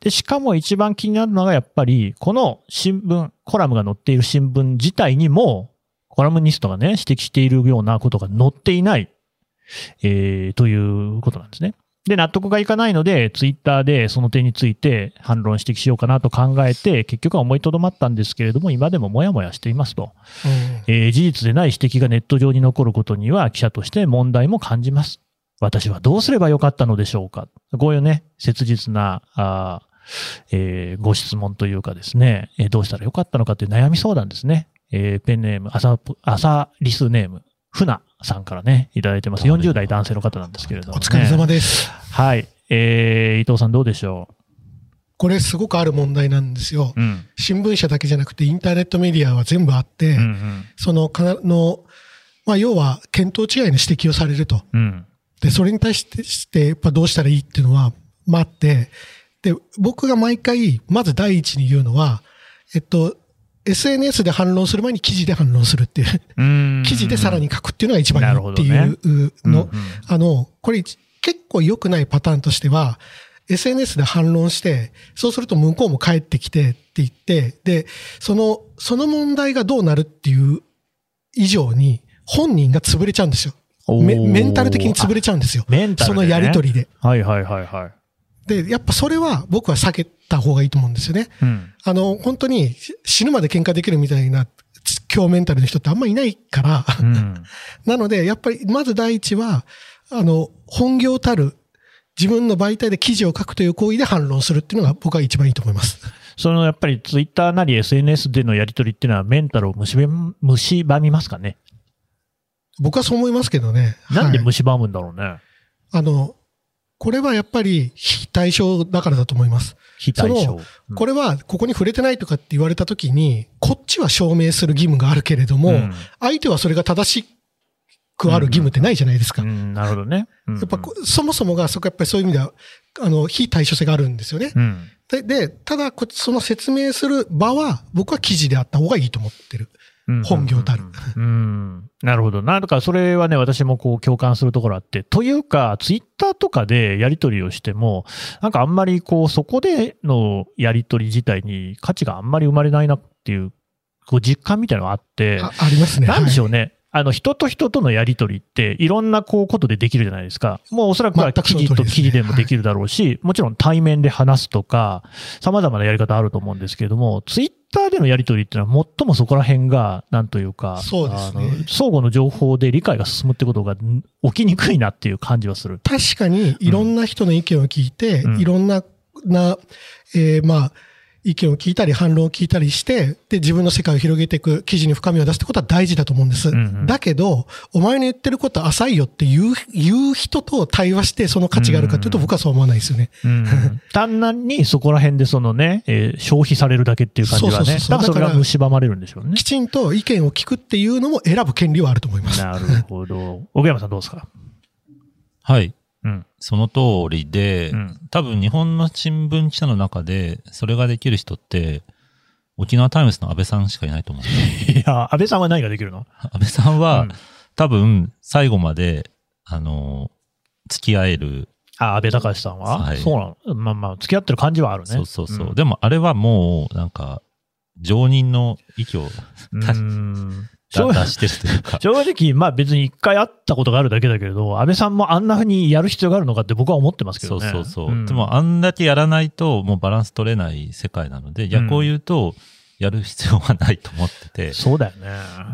[SPEAKER 2] で、しかも一番気になるのがやっぱり、この新聞、コラムが載っている新聞自体にも、コラムニストがね、指摘しているようなことが載っていない、えーということなんですね。で、納得がいかないので、ツイッターでその点について反論指摘しようかなと考えて、結局は思いとどまったんですけれども、今でももやもやしていますと。えー事実でない指摘がネット上に残ることには記者として問題も感じます。私はどうすればよかったのでしょうか。こういうね、切実な、あーえーご質問というかですね、えーどうしたらよかったのかという悩み相談ですね。えーペンネーム、朝ぽ、朝リスネーム、ふなさんからね、いただいてます。40代男性の方なんですけれども、
[SPEAKER 3] お疲れ様
[SPEAKER 2] で
[SPEAKER 3] です。
[SPEAKER 2] す。はい。えー伊藤さんどうでしょ
[SPEAKER 3] これすごくある問題なんですよ。
[SPEAKER 2] う。うん。
[SPEAKER 3] 新聞社だけじゃなくてインターネットメディアは全部あって、
[SPEAKER 2] うんうん。
[SPEAKER 3] その、かなの、まあ要は、見当違いの指摘をされると。
[SPEAKER 2] うん。
[SPEAKER 3] で、それに対して、してやっぱどうしたらいいっていうのは、まああって、で、僕が毎回、まず第一に言うのは、えっと、SNS で反論する前に記事で反論するっていう、
[SPEAKER 2] うん
[SPEAKER 3] 記事でさらに書くっていうのが一
[SPEAKER 2] な
[SPEAKER 3] 番い
[SPEAKER 2] る
[SPEAKER 3] い
[SPEAKER 2] ほ
[SPEAKER 3] っ
[SPEAKER 2] ど
[SPEAKER 3] て
[SPEAKER 2] ね
[SPEAKER 3] いうの、
[SPEAKER 2] うんうん
[SPEAKER 3] あの、これ結構良くないパターンとしては、SNS で反論して、そうすると向こうも帰ってきてって言って、で、その、その問題がどうなるっていう以上に、本人が潰れちゃうんですよ。メメンタル的に潰れちゃうんですよ。
[SPEAKER 2] メンタル
[SPEAKER 3] そ
[SPEAKER 2] でね
[SPEAKER 3] のやりとりで。
[SPEAKER 2] はいはいはいはい。
[SPEAKER 3] で、やっぱそれは僕は避けた方がいいと思うんですよね。
[SPEAKER 2] うん。
[SPEAKER 3] あの、本当にし死ぬまで喧嘩できるみたいな強メンタルの人ってあんまいないから、
[SPEAKER 2] うん。
[SPEAKER 3] なので、やっぱり、まず第一は、あの、本業たる、自分の媒体で記事を書くという行為で反論するっていうのが僕は一番いいと思います。
[SPEAKER 2] *laughs* そのやっぱりツイッターなり SNS でのやりとりっていうのはメンタルを蝕む蝕みますかね。
[SPEAKER 3] 僕はそう思いますけどね。
[SPEAKER 2] なんで
[SPEAKER 3] はい、
[SPEAKER 2] 蝕むんだろうね。
[SPEAKER 3] あの、これはやっぱり非対象だからだと思います。
[SPEAKER 2] 非対称。うん
[SPEAKER 3] これは、ここに触れてないとかって言われた時に、こっちは証明する義務があるけれども、
[SPEAKER 2] うん
[SPEAKER 3] 相手はそれが正しくある義務ってないじゃないですか。
[SPEAKER 2] うんなるほどね。や
[SPEAKER 3] やっぱこ、そもそもが、そこやっぱりそういう意味では、あの、非対称性があるんですよね。
[SPEAKER 2] うん。
[SPEAKER 3] で、でただこ、その説明する場は、僕は記事であった方がいいと思ってる。
[SPEAKER 2] うん
[SPEAKER 3] 本業たる。
[SPEAKER 2] うん。なるほど。なんだかそれはね、私もこう共感するところあって。というか、ツイッターとかでやり取りをしても、なんかあんまりこう、そこでのやり取り自体に価値があんまり生まれないなっていう、こう実感みたいなのがあって。
[SPEAKER 3] あありますね。
[SPEAKER 2] なんでしょう
[SPEAKER 3] ね。
[SPEAKER 2] ね。あの、人と人とのやりとりって、いろんなこう、ことでできるじゃないですか。もうおそらく
[SPEAKER 3] 全
[SPEAKER 2] は
[SPEAKER 3] く
[SPEAKER 2] 記
[SPEAKER 3] その通
[SPEAKER 2] 事
[SPEAKER 3] り
[SPEAKER 2] と
[SPEAKER 3] ですね
[SPEAKER 2] 記事でもできるだろうし、もちろん対面で話すとか、様々なやり方あると思うんですけれども、ツイッターでのやりとりっていうのは最もそこら辺が、なんというか、
[SPEAKER 3] そうですね
[SPEAKER 2] あの相互の情報で理解が進むってことがん起きにくいなっていう感じはする。
[SPEAKER 3] 確かに、いろんな人の意見を聞いて、
[SPEAKER 2] うん
[SPEAKER 3] いろんな、な、えーまあ、意見を聞いたり、反論を聞いたりして、で、自分の世界を広げていく、記事に深みを出すってことは大事だと思うんです。
[SPEAKER 2] うんうん
[SPEAKER 3] だけど、お前の言ってることは浅いよっていう、言う人と対話して、その価値があるかというと、
[SPEAKER 2] うんうん
[SPEAKER 3] 僕はそう思わないですよね。
[SPEAKER 2] うん、単なるにそこら辺でそのね、えー消費されるだけっていう感じは
[SPEAKER 3] そうそ
[SPEAKER 2] ね
[SPEAKER 3] う、そ
[SPEAKER 2] だ
[SPEAKER 3] う
[SPEAKER 2] から
[SPEAKER 3] そう
[SPEAKER 2] それが蝕まれるんでしょうね
[SPEAKER 3] き。ちんと意見を聞くっていうのも選ぶ権利はあると思います。
[SPEAKER 2] なるほど。奥山さんどうですか
[SPEAKER 4] はい。
[SPEAKER 2] うん。
[SPEAKER 4] その通りで、
[SPEAKER 2] うん
[SPEAKER 4] 多分日本の新聞記者の中で、それができる人って、沖縄タイムズの安倍さんしかいないと思うんです
[SPEAKER 2] *laughs*
[SPEAKER 4] よ。
[SPEAKER 2] いや、安倍さんは何ができるの
[SPEAKER 4] 安倍さんは、
[SPEAKER 2] うん
[SPEAKER 4] 多分、最後まで、あの、付き合える。
[SPEAKER 2] あ、安倍隆さんは、
[SPEAKER 4] はい
[SPEAKER 2] そうなの。まあまあ、付き合ってる感じはあるね。
[SPEAKER 4] そうそうそう。でも、あれはもう、なんか、常人の息を
[SPEAKER 2] うん。う
[SPEAKER 4] 確か
[SPEAKER 2] ん
[SPEAKER 4] 出
[SPEAKER 2] 正
[SPEAKER 4] してるとい
[SPEAKER 2] *laughs*
[SPEAKER 4] うか。
[SPEAKER 2] 正直、まあ別に一回会ったことがあるだけだけれど、安倍さんもあんなふうにやる必要があるのかって僕は思ってますけ
[SPEAKER 4] そ
[SPEAKER 2] ど
[SPEAKER 4] う
[SPEAKER 2] ね。
[SPEAKER 4] そうそう。
[SPEAKER 2] ん
[SPEAKER 4] でも、あんだけやらないと、もうバランス取れない世界なので、逆を言うと、やる必要はないと思って
[SPEAKER 2] *laughs*
[SPEAKER 4] て。
[SPEAKER 2] そうだよね。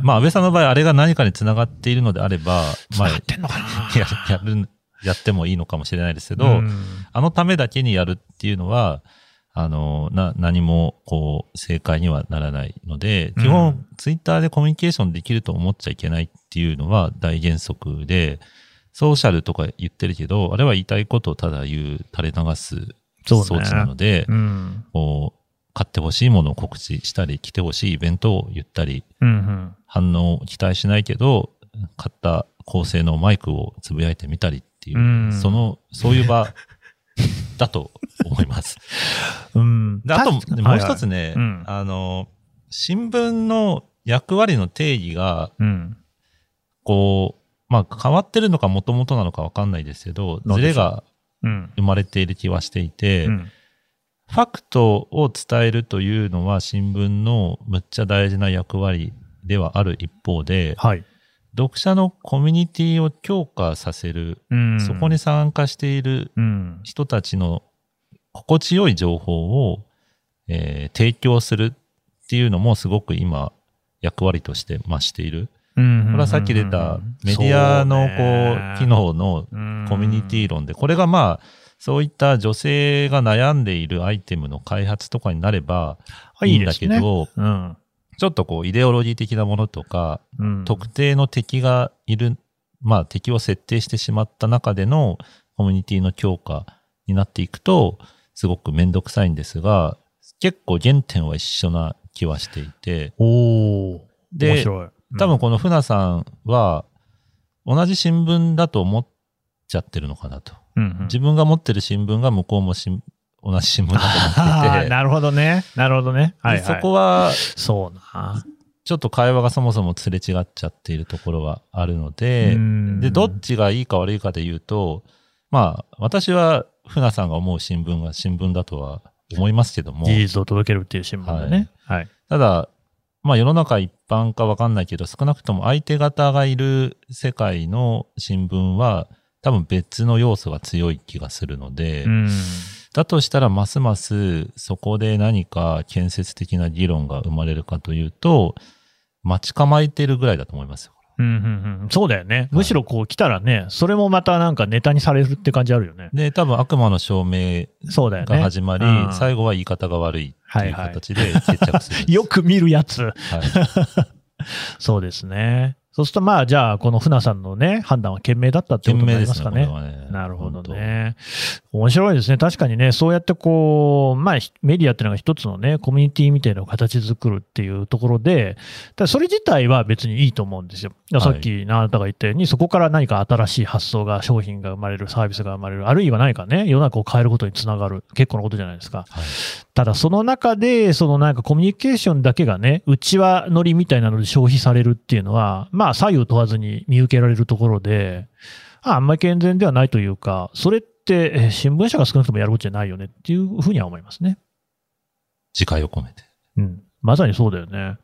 [SPEAKER 4] まあ、安倍さんの場合、あれが何かにつながっているのであれば、まあ、
[SPEAKER 2] やってんのかな
[SPEAKER 4] *laughs* ややる、やってもいいのかもしれないですけど、
[SPEAKER 2] うん
[SPEAKER 4] あのためだけにやるっていうのは、あの、な、何も、こう、正解にはならないので、基
[SPEAKER 2] う
[SPEAKER 4] 本
[SPEAKER 2] ん、
[SPEAKER 4] ツイッターでコミュニケーションできると思っちゃいけないっていうのは大原則で、ソーシャルとか言ってるけど、あれは言いたいことをただ言う、垂れ流す
[SPEAKER 2] そうね
[SPEAKER 4] 装置なので、
[SPEAKER 2] うん。
[SPEAKER 4] こう、買ってほしいものを告知したり、来てほしいイベントを言ったり、
[SPEAKER 2] うん
[SPEAKER 4] 反応を期待しないけど、買った構成のマイクをつぶやいてみたりっていう、
[SPEAKER 2] うん
[SPEAKER 4] その、そういう場だと思
[SPEAKER 2] *laughs*
[SPEAKER 4] います。
[SPEAKER 2] うん。うん。
[SPEAKER 4] であと、
[SPEAKER 2] 確かに
[SPEAKER 4] もう一つ。ね、
[SPEAKER 2] うん
[SPEAKER 4] あの、新聞の役割の定義が、
[SPEAKER 2] うん。
[SPEAKER 4] こう、まあ変わってるのか元々なのかわかんないですけど、
[SPEAKER 2] なん
[SPEAKER 4] ズ
[SPEAKER 2] でしょう
[SPEAKER 4] レが
[SPEAKER 2] うん。
[SPEAKER 4] 生まれている気はしていて、
[SPEAKER 2] うん
[SPEAKER 4] ファクトを伝えるというのは新聞のむっちゃ大事な役割ではある一方で、
[SPEAKER 2] はい。
[SPEAKER 4] 読者のコミュニティを強化させる、
[SPEAKER 2] うん。
[SPEAKER 4] そこに、参加している
[SPEAKER 2] うん。
[SPEAKER 4] 人たちの心地よい情報を、えー提供するっていうのもすごく今役割として増している。
[SPEAKER 2] うん。
[SPEAKER 4] これはさっき出たメディアのこう機能の
[SPEAKER 2] 能
[SPEAKER 4] コミュニティ論で、これがまあそういった女性が悩んでいるアイテムの開発とかになればいいんだけど、
[SPEAKER 2] うん。
[SPEAKER 4] ちょっとこうイデオロギー的なものとか、
[SPEAKER 2] うん。
[SPEAKER 4] 特定の敵がいる、まあ敵を設定してしまった中でのコミュニティの強化になっていくと、すごくめんどくさいんですが、結構原点は一緒な気はしていて、
[SPEAKER 2] おお。面
[SPEAKER 4] で、
[SPEAKER 2] 白い。
[SPEAKER 4] 多分この船さんは、同じ新聞だと思っちゃってるのかなと。
[SPEAKER 2] うん、うんうん
[SPEAKER 4] 自分が持ってる新聞が向こうもしん同じ新聞だと思っ
[SPEAKER 2] *laughs* あ
[SPEAKER 4] て
[SPEAKER 2] ー
[SPEAKER 4] て、
[SPEAKER 2] なるほどね。なるほどね。はい、
[SPEAKER 4] で
[SPEAKER 2] はい。
[SPEAKER 4] そこは
[SPEAKER 2] そうな。
[SPEAKER 4] ちょっと会話がそもそもすれ違っちゃっているところはあるので、
[SPEAKER 2] うん
[SPEAKER 4] で、どっちがいいか悪いかで言うと、まあ、私は、ふなさんが思う新聞が新聞だとは思いますけども
[SPEAKER 2] 事、実を届けるっていう新聞だね。はい。
[SPEAKER 4] ただ、まあ世の中一般かわかんないけど、少なくとも相手方がいる世界の新聞は、多分別の要素が強い気がするので、
[SPEAKER 2] うん。
[SPEAKER 4] だとしたらますますそこで何か建設的な議論が生まれるかというと、待ち構えてるぐらいだと思いますよ。
[SPEAKER 2] うんうんうん、そうだよね。むしろこう来たらね、それもまたなんかネタにされるって感じあるよね。
[SPEAKER 4] で、多分悪魔の証明
[SPEAKER 2] そうだよ
[SPEAKER 4] が
[SPEAKER 2] ね。
[SPEAKER 4] 始まり、
[SPEAKER 2] うん
[SPEAKER 4] 最後は言い方が悪いっていう形で決着するんです、
[SPEAKER 2] *laughs* よく見るやつ。
[SPEAKER 4] はい
[SPEAKER 2] そうですね。そうするとまあ、じゃあ、この船さんのね、判断は賢明だったってことに
[SPEAKER 4] 賢明
[SPEAKER 2] な
[SPEAKER 4] で
[SPEAKER 2] りますすか
[SPEAKER 4] ね、これ
[SPEAKER 2] ね。
[SPEAKER 4] はね。
[SPEAKER 2] なるほどね。面白いですね。確かにね、そうやってこう、まあ、ひメディアっていうのが一つのね、コミュニティみたいなのを形作るっていうところで、ただそれ自体は別にいいと思うんですよ。だからさっき、あなたが言ったように、そこから何か新しい発想が、商品が生まれる、サービスが生まれる、あるいは何かね、世の中を変えることにつながる、結構なことじゃないですか。
[SPEAKER 4] はい
[SPEAKER 2] ただ、その中で、そのなんかコミュニケーションだけがね、うちわ乗りみたいなので消費されるっていうのは、まあ、左右問わずに見受けられるところで、ああんまり健全ではないというか、それって、えー新聞社が少なくともやることじゃないよねっていうふうには思いますね。
[SPEAKER 4] 次回を込めて。
[SPEAKER 2] うん。まさにそうだよね。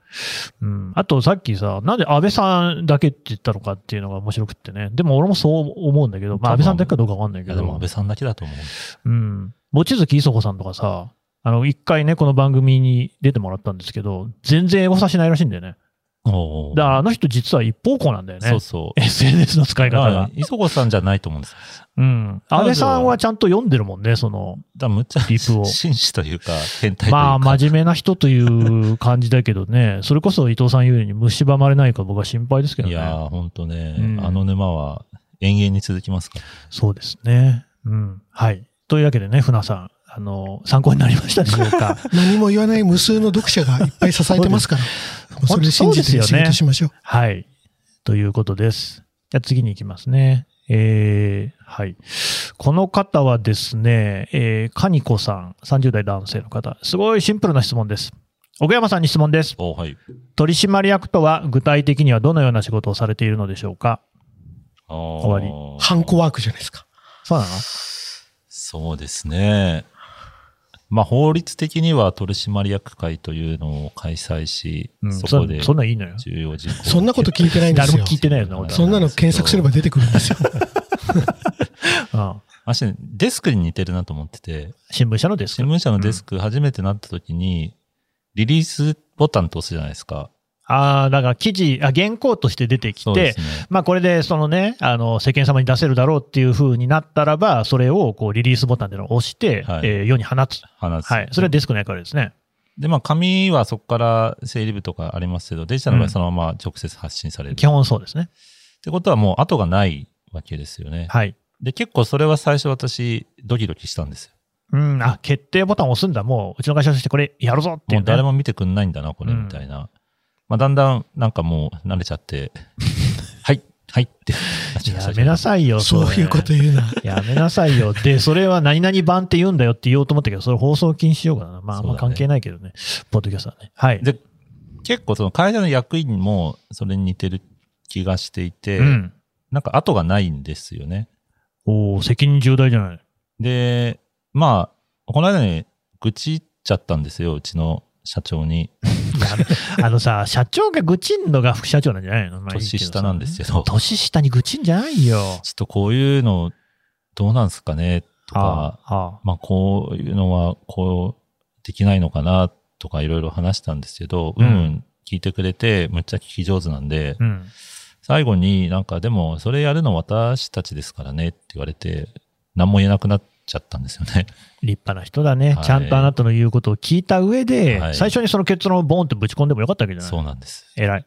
[SPEAKER 2] うん。あとさっきさ、なんで安倍さんだけって言ったのかっていうのが面白くってね。でも俺もそう思うんだけど、まあ安倍さんだけかどうかわかんない
[SPEAKER 4] い
[SPEAKER 2] け
[SPEAKER 4] や、
[SPEAKER 2] ど。
[SPEAKER 4] でも安倍さんだけだと思う。
[SPEAKER 2] うん。望月磯子さんとかさ、あの、一回ね、この番組に出てもらったんですけど、全然エゴさしないらしいんだよね。
[SPEAKER 4] おー
[SPEAKER 2] だからあの人実は一方向なんだよね。。
[SPEAKER 4] そうそう
[SPEAKER 2] SNS *laughs* の使い
[SPEAKER 4] だか
[SPEAKER 2] 方
[SPEAKER 4] ら
[SPEAKER 2] が。
[SPEAKER 4] 磯子さんじゃないと思うんですよ
[SPEAKER 2] うん。安倍さんはちゃんと読んでるもんね、その、
[SPEAKER 4] だからむっちゃ
[SPEAKER 2] リプを
[SPEAKER 4] 紳士というか、変態というか。
[SPEAKER 2] まあ、真面目な人という感じだけどね、 *laughs* それこそ伊藤さん言うように蝕まれないか僕は心配ですけど
[SPEAKER 4] いや
[SPEAKER 2] ね。
[SPEAKER 4] ー、ほんとね、
[SPEAKER 2] うん
[SPEAKER 4] あの沼は延々に続きますから。
[SPEAKER 2] そうですね。うん。はい。というわけでね、船さん、あの、参考になりましたでしょう
[SPEAKER 4] *laughs*
[SPEAKER 2] か。
[SPEAKER 3] 何も言わない無数の読者がいっぱい支えてますから、もうそれ信じて仕事しましょう。
[SPEAKER 2] はい。ということです。じゃあ次に行きますね。えー、はい。この方はですね、えー、かにこさん、30代男性の方。すごいシンプルな質問です。奥山さんに質問です。
[SPEAKER 4] おはい。
[SPEAKER 2] 取締役とは具体的にはどのような仕事をされているのでしょうか
[SPEAKER 4] 終
[SPEAKER 2] 終わり
[SPEAKER 3] ハンコワークじゃないですか。
[SPEAKER 2] そうなの
[SPEAKER 4] そうですね。まあ、法律的には取締役会というのを開催し、
[SPEAKER 2] うん
[SPEAKER 4] そこで
[SPEAKER 2] そそんなんいいのよ。
[SPEAKER 4] 重要事項を
[SPEAKER 3] そんなこと聞いてないんです
[SPEAKER 2] 誰
[SPEAKER 3] よ
[SPEAKER 2] も。聞いてないよな、俺
[SPEAKER 4] て
[SPEAKER 2] は。
[SPEAKER 3] そんなの検索すれば出てくるんですよ。
[SPEAKER 2] うん
[SPEAKER 4] 私ねデスクに似てるなと思ってて、
[SPEAKER 2] 新聞社のです
[SPEAKER 4] 新聞社のデスク初めてなった時に、リリースボタンと押すじゃないですか。
[SPEAKER 2] ああ、だから記事、あ、原稿として出てき
[SPEAKER 4] そう
[SPEAKER 2] て、
[SPEAKER 4] ですね。
[SPEAKER 2] まあこれでそのね、あの、世間様に出せるだろうっていう風になったらば、それをこうリリースボタンでのを押して、
[SPEAKER 4] はい
[SPEAKER 2] えー世に放つ。
[SPEAKER 4] 話す。
[SPEAKER 2] はい。それはデスクの役割ですね。
[SPEAKER 4] で、まあ、紙はそこから整理部とかありますけど、デジタルの場合そのまま直接発信される。
[SPEAKER 2] 基本そうですね。
[SPEAKER 4] ってことはもう後がないわけですよね。
[SPEAKER 2] はい。
[SPEAKER 4] で、結構それは最初私、ドキドキしたんですよ。
[SPEAKER 2] うん、あ、決定ボタンを押すんだ、もう、うちの会社としてこれやるぞってい
[SPEAKER 4] も
[SPEAKER 2] う、
[SPEAKER 4] う
[SPEAKER 2] ね。
[SPEAKER 4] 誰も見てくんないんだな、これ、
[SPEAKER 2] うん
[SPEAKER 4] みたいな。まあ、だんだん、なんかもう、慣れちゃ
[SPEAKER 2] *laughs*
[SPEAKER 4] って、はい、はいってなっちゃいました
[SPEAKER 2] や
[SPEAKER 4] けど
[SPEAKER 2] めなさいよ、
[SPEAKER 3] そういうこと
[SPEAKER 2] う。
[SPEAKER 3] 言うな。
[SPEAKER 2] やめなさい
[SPEAKER 4] *laughs*
[SPEAKER 2] よ。で、それは何々版って言うんだよって言おうと思ったけど、それ放送禁止用語だな。まあ、あんま関係ないけどね。ポッドキャストはね。はい。
[SPEAKER 4] で、結構その会社の役員も、それに似てる気がしていて、
[SPEAKER 2] うん。
[SPEAKER 4] なんか後がないんですよね。
[SPEAKER 2] おー責任重大じゃない。
[SPEAKER 4] で、まあ、この間ね、愚痴っちゃったんですよ、うちの社長に。
[SPEAKER 2] あの *laughs* さ、社長が愚痴んのが副社長なんじゃないの、まあいいけど
[SPEAKER 4] 年
[SPEAKER 2] さ
[SPEAKER 4] 下なんですけど、ちょ
[SPEAKER 2] 年下に愚痴んじゃないよ。
[SPEAKER 4] っとこういうの、どうなんすかね、とか、
[SPEAKER 2] ああ、ああ。
[SPEAKER 4] まあ、こういうのは、こう、できないのかな、とかいろいろ話したんですけど、
[SPEAKER 2] う
[SPEAKER 4] うんん、うん、聞いてくれて、むっちゃ聞き上手なんで、
[SPEAKER 2] うん。
[SPEAKER 4] 最後になんか、でも、それやるの私たちですからね、って言われて、何も言えなくなっちゃったんですよね。
[SPEAKER 2] 立派な人だね、
[SPEAKER 4] はい
[SPEAKER 2] ちゃんとあなたの言うことを聞いた上で、
[SPEAKER 4] はい
[SPEAKER 2] 最初にその結論をボーンってぶち込んでもよかったわけ *laughs* じゃない
[SPEAKER 4] そうなんです。
[SPEAKER 2] 偉い。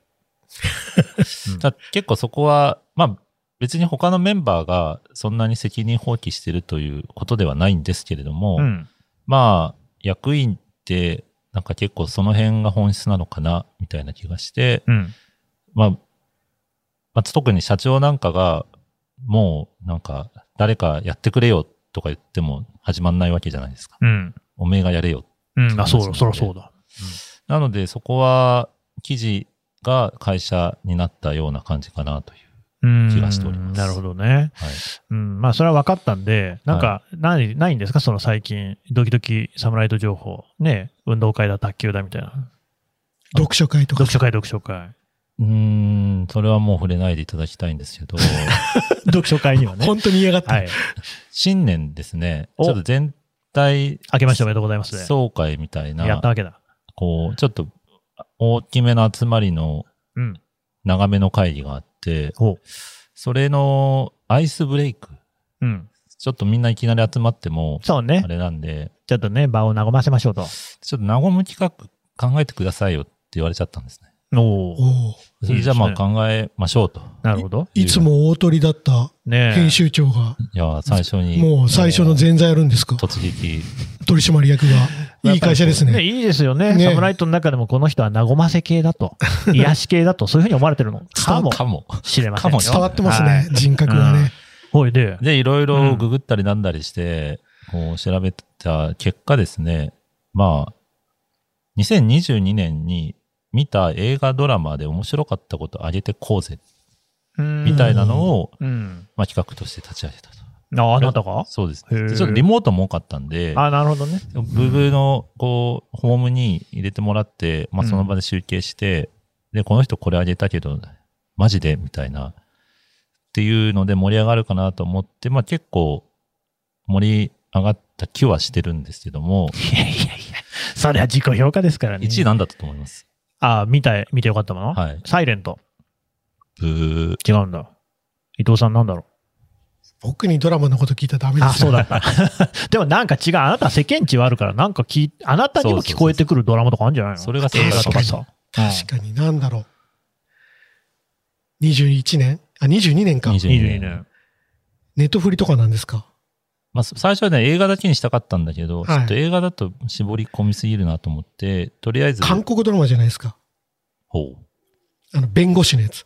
[SPEAKER 4] だ結構そこは、まあ、別に他のメンバーがそんなに責任放棄してるということではないんですけれども、
[SPEAKER 2] うん。
[SPEAKER 4] まあ、役員って、なんか結構その辺が本質なのかな、みたいな気がして、
[SPEAKER 2] うん。
[SPEAKER 4] まあ、まあ、特に社長なんかが、もうなんか、誰かやってくれよとか言っても始まんないわけじゃないですか。
[SPEAKER 2] うん。
[SPEAKER 4] おめえがやれよ。
[SPEAKER 2] うん。あ、そう
[SPEAKER 4] そ
[SPEAKER 2] だ、
[SPEAKER 4] うなんです
[SPEAKER 2] そら
[SPEAKER 4] よね
[SPEAKER 2] そうだ。
[SPEAKER 4] なので、そこは、記事が会社になったような感じかなという。
[SPEAKER 2] うん。
[SPEAKER 4] 気がしております
[SPEAKER 2] なるほどね。
[SPEAKER 4] はい。
[SPEAKER 2] うん。まあ、それは分かったんで、なんか、ない、ないんですかその最近、ドキドキサムライト情報。ね。運動会だ、卓球だ、みたいな。
[SPEAKER 3] 読書会とか
[SPEAKER 2] 読。書会、読書会。
[SPEAKER 4] うーん、それはもう触れないでいただきたいんですけど、
[SPEAKER 2] 読書会にはね。
[SPEAKER 3] 本当に嫌がって
[SPEAKER 2] は
[SPEAKER 3] る。
[SPEAKER 2] い。
[SPEAKER 4] *laughs* 新年ですね、
[SPEAKER 2] お
[SPEAKER 4] ちょっと全体
[SPEAKER 2] 明けましておめでとうございます。
[SPEAKER 4] 総会みたい
[SPEAKER 2] や
[SPEAKER 4] な
[SPEAKER 2] った、わけだ。
[SPEAKER 4] こう、ちょっと大きめの集まりの
[SPEAKER 2] うん。
[SPEAKER 4] 長めの会議があって、
[SPEAKER 2] ほ
[SPEAKER 4] それのアイスブレイク。
[SPEAKER 2] う。うん。
[SPEAKER 4] ちょっとみんないきなり集まっても、
[SPEAKER 2] そう
[SPEAKER 4] あ
[SPEAKER 2] ね。
[SPEAKER 4] れなんで、
[SPEAKER 2] ちょっとね、場を和ませましょうと。
[SPEAKER 4] ちょっと和む企画考えてくださいよって言われちゃったんですね。
[SPEAKER 2] おー
[SPEAKER 3] おう
[SPEAKER 4] それじゃあ
[SPEAKER 2] いい
[SPEAKER 4] ま
[SPEAKER 2] で
[SPEAKER 4] あ
[SPEAKER 2] す
[SPEAKER 4] 考えましょうと。
[SPEAKER 2] なるほど。
[SPEAKER 3] いつも大鳥だった
[SPEAKER 2] ねえ
[SPEAKER 3] 編集長が、
[SPEAKER 4] いや、最初に。
[SPEAKER 3] もう最初の前座やるんですか
[SPEAKER 4] 突撃。
[SPEAKER 3] 取締役が。いい会社です
[SPEAKER 2] ね、
[SPEAKER 3] ね。
[SPEAKER 2] いいですよね
[SPEAKER 3] ね
[SPEAKER 2] サムライトの中でもこの人は和ませ系だ
[SPEAKER 4] *laughs*
[SPEAKER 2] と、癒し系だと、そういうふうに思われてるのかも
[SPEAKER 4] かも。
[SPEAKER 2] しれませんよ。
[SPEAKER 4] かもよ
[SPEAKER 3] 伝わってます
[SPEAKER 2] は
[SPEAKER 3] ね
[SPEAKER 2] い。
[SPEAKER 3] 人格がね。
[SPEAKER 2] ほいで、
[SPEAKER 4] で、いろいうろ
[SPEAKER 2] ん
[SPEAKER 4] ググったりなんだりして、こう調べた結果ですね、まあ、2022年に見た映画ドラマで面白かったことあげてこうぜ、み
[SPEAKER 2] み
[SPEAKER 4] たいなのを、
[SPEAKER 2] うん。
[SPEAKER 4] まあ、企画として立ち上げたと。
[SPEAKER 2] あ、あなたが
[SPEAKER 4] そうです。
[SPEAKER 2] へ
[SPEAKER 4] で
[SPEAKER 2] ー
[SPEAKER 4] ちょっとリモートも多かったんで、
[SPEAKER 2] あ、なるほどね。
[SPEAKER 4] Google のこう、ホームに入れてもらって、まあ、その場で集計して、で、この人これあげたけど、マジでみたいな、っていうので盛り上がるかなと思って、まあ、結構盛り上がった気はしてるんですけども、
[SPEAKER 2] いやいやいや、それは自己評価ですからね。
[SPEAKER 4] 1位なんだったと思います。
[SPEAKER 2] あ、見た、見てよかったもの、
[SPEAKER 4] はい
[SPEAKER 2] サイレント。
[SPEAKER 4] ブー。
[SPEAKER 2] 違うんだ。伊藤さんなんだろ
[SPEAKER 3] 僕にドラマのこと聞いたらダメ
[SPEAKER 2] う。
[SPEAKER 3] で
[SPEAKER 2] あ、
[SPEAKER 3] す
[SPEAKER 2] そう
[SPEAKER 3] よ。
[SPEAKER 2] だった。 *laughs* でもなんか違う。あなた世間知はあるから、なんか聞いあなたにも聞こえてくるドラマとかあるんじゃないの
[SPEAKER 4] それが
[SPEAKER 2] 映画とか
[SPEAKER 4] そ
[SPEAKER 2] さ。
[SPEAKER 3] 確かに、なんだろう。21年あ、22年か。
[SPEAKER 4] 22
[SPEAKER 2] 22
[SPEAKER 4] 年。
[SPEAKER 2] 年。
[SPEAKER 3] ネットフリとかなんですか
[SPEAKER 4] まあ、最初はね、映画だけにしたかったんだけど、
[SPEAKER 3] はい
[SPEAKER 4] ちょっと映画だと絞り込みすぎるなと思って、とりあえず、
[SPEAKER 3] 韓国ドラマじゃないですか。
[SPEAKER 4] ほ
[SPEAKER 3] あの、弁護士のやつ。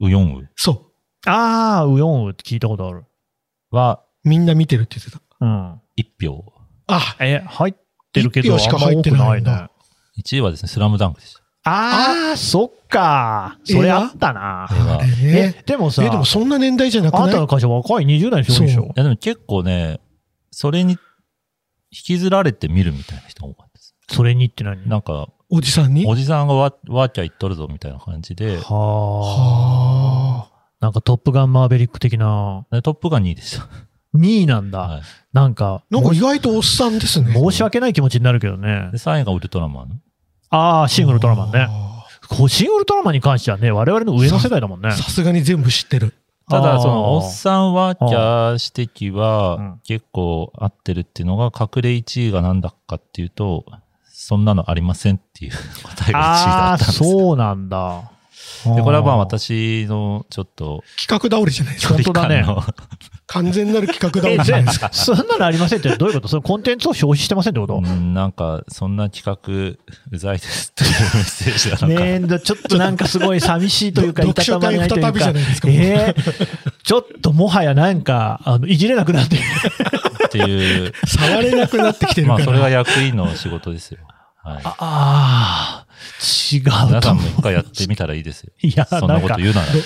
[SPEAKER 4] う、ウヨンウ
[SPEAKER 3] そ
[SPEAKER 2] ああ、ウヨンウって聞いたことある。
[SPEAKER 4] は
[SPEAKER 3] う。みんな見てるって言ってた。
[SPEAKER 2] うん。
[SPEAKER 4] 1票。
[SPEAKER 3] あ、
[SPEAKER 2] え、入ってるけど、
[SPEAKER 3] 一票しか
[SPEAKER 2] あんま多く
[SPEAKER 3] 入っ
[SPEAKER 2] な
[SPEAKER 3] てない
[SPEAKER 2] い
[SPEAKER 3] んだ
[SPEAKER 2] ね。
[SPEAKER 4] 1位はですね、スラムダンクでした。
[SPEAKER 2] ああ、そっか。それあったな
[SPEAKER 4] 映。画
[SPEAKER 3] あれね
[SPEAKER 2] え。、でもさ、
[SPEAKER 3] え、でもそんな年代じゃなく
[SPEAKER 2] あん
[SPEAKER 3] ない
[SPEAKER 2] たの会社若い20代の人多いでし
[SPEAKER 3] そ
[SPEAKER 2] ょ
[SPEAKER 4] い。やでも結構ね、それに引きずられて見るみたいな人が多かったです。
[SPEAKER 2] それにって何
[SPEAKER 4] なんか、
[SPEAKER 3] おじさんに
[SPEAKER 4] おじさんがわわーキャー言っとるぞみたいな感じで、
[SPEAKER 2] はあ。
[SPEAKER 3] はあ。
[SPEAKER 2] なんかトップガンマーベリック的な
[SPEAKER 4] でトップが2位でした。
[SPEAKER 2] 2位なんだ。
[SPEAKER 4] はい
[SPEAKER 2] なんか、
[SPEAKER 3] なんか意外とおっさんですね。
[SPEAKER 2] 申し訳ない気持ちになるけどね
[SPEAKER 4] で、。3位がウルトラマン。
[SPEAKER 2] ああ、シン・ウルトラマンね。
[SPEAKER 3] あ
[SPEAKER 2] こうシン・ウルトラマンに関してはね、我々の上の世代だもんね
[SPEAKER 3] ー。さすがに全部知ってる。
[SPEAKER 4] た
[SPEAKER 2] あー
[SPEAKER 4] だ、その、おっさんワーキャー指摘
[SPEAKER 2] う
[SPEAKER 4] は
[SPEAKER 2] ん
[SPEAKER 4] 結構合ってるっていうのが、隠れ1位がなんだかっていうと、そんなのありませんっていう答えが1位だ
[SPEAKER 2] あ
[SPEAKER 4] っ
[SPEAKER 2] あ、
[SPEAKER 4] たんですよ。
[SPEAKER 2] そうなんだ。
[SPEAKER 4] で、これはまあ
[SPEAKER 2] あー
[SPEAKER 4] 私のちょっと、
[SPEAKER 3] 企画倒れじゃないですか。
[SPEAKER 2] 本当だね
[SPEAKER 4] 距離感の
[SPEAKER 3] 完全なる企画だも
[SPEAKER 2] え
[SPEAKER 3] ん
[SPEAKER 2] ぜ
[SPEAKER 3] ね。
[SPEAKER 2] *laughs* そんなのありませんってどういうことそのコンテンツを消費してませんってこと
[SPEAKER 4] うんなんか、そんな企画、うざいですっていうメッセージだな。なんか
[SPEAKER 2] ねえ、ちょっとなんかすごい寂しいというか、いた
[SPEAKER 3] 読
[SPEAKER 2] た
[SPEAKER 3] 書
[SPEAKER 2] まれ
[SPEAKER 3] 会
[SPEAKER 2] ないとい
[SPEAKER 3] 再
[SPEAKER 2] う
[SPEAKER 3] びじ
[SPEAKER 2] か
[SPEAKER 3] ゃないです、か。
[SPEAKER 2] ええちょっともはやなんか、あのいじれなくなって、
[SPEAKER 4] って
[SPEAKER 2] *laughs*
[SPEAKER 4] いう、
[SPEAKER 3] 触れなくなってきてるか
[SPEAKER 4] まあ、
[SPEAKER 3] ら。
[SPEAKER 4] それが役員の仕事ですよ。はい。
[SPEAKER 2] ああ、違う
[SPEAKER 4] 皆
[SPEAKER 2] と
[SPEAKER 4] さん
[SPEAKER 2] 思
[SPEAKER 4] も一回やってみたらいいですよ。
[SPEAKER 2] う。いや、
[SPEAKER 4] そんなこと言うなら。
[SPEAKER 2] なんか、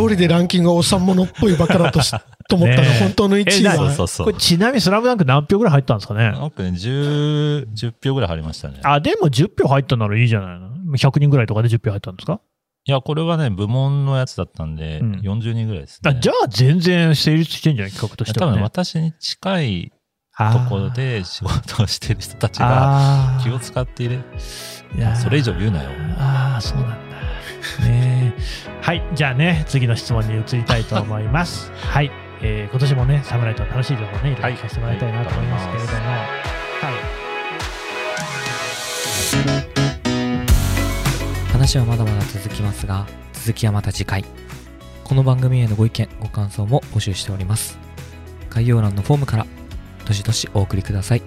[SPEAKER 3] 通りでランキングがおっさんものっぽいバカだとしと思った
[SPEAKER 2] ね
[SPEAKER 3] ら
[SPEAKER 2] え
[SPEAKER 3] 本当の1位
[SPEAKER 2] え
[SPEAKER 4] そう
[SPEAKER 3] は
[SPEAKER 4] そうそ
[SPEAKER 2] こ
[SPEAKER 4] う
[SPEAKER 2] れ。ちなみにスラムダンク何票ぐらい入ったんですかね
[SPEAKER 4] なんかね、10、10票ぐらい入りましたね。
[SPEAKER 2] あ、でも10票入ったならいいじゃないの。100人ぐらいとかで10票入ったんですか、
[SPEAKER 4] いや、これはね、部門のやつだったんで、
[SPEAKER 2] うん
[SPEAKER 4] 40人ぐらいですね。
[SPEAKER 2] あじゃあ全然成立してんじゃない企画として
[SPEAKER 4] 多
[SPEAKER 2] は、ね。
[SPEAKER 4] 分私に近いところで仕事をしてる人たちが
[SPEAKER 2] あー、
[SPEAKER 4] 気を使っていれ
[SPEAKER 2] いやー
[SPEAKER 4] それ以上言うなよ。
[SPEAKER 2] ああそうなんだねえはいじゃあね次の質問に移りたいと思いますはい、えー今年もね侍とは楽しい情報をねいろいろ聞かせてもらいたいなと思いますけれども、はい
[SPEAKER 1] 話はまだまだ続きますが続きはまた次回この番組へのご意見ご感想も募集しております概要欄のフォームからどしどしお送りください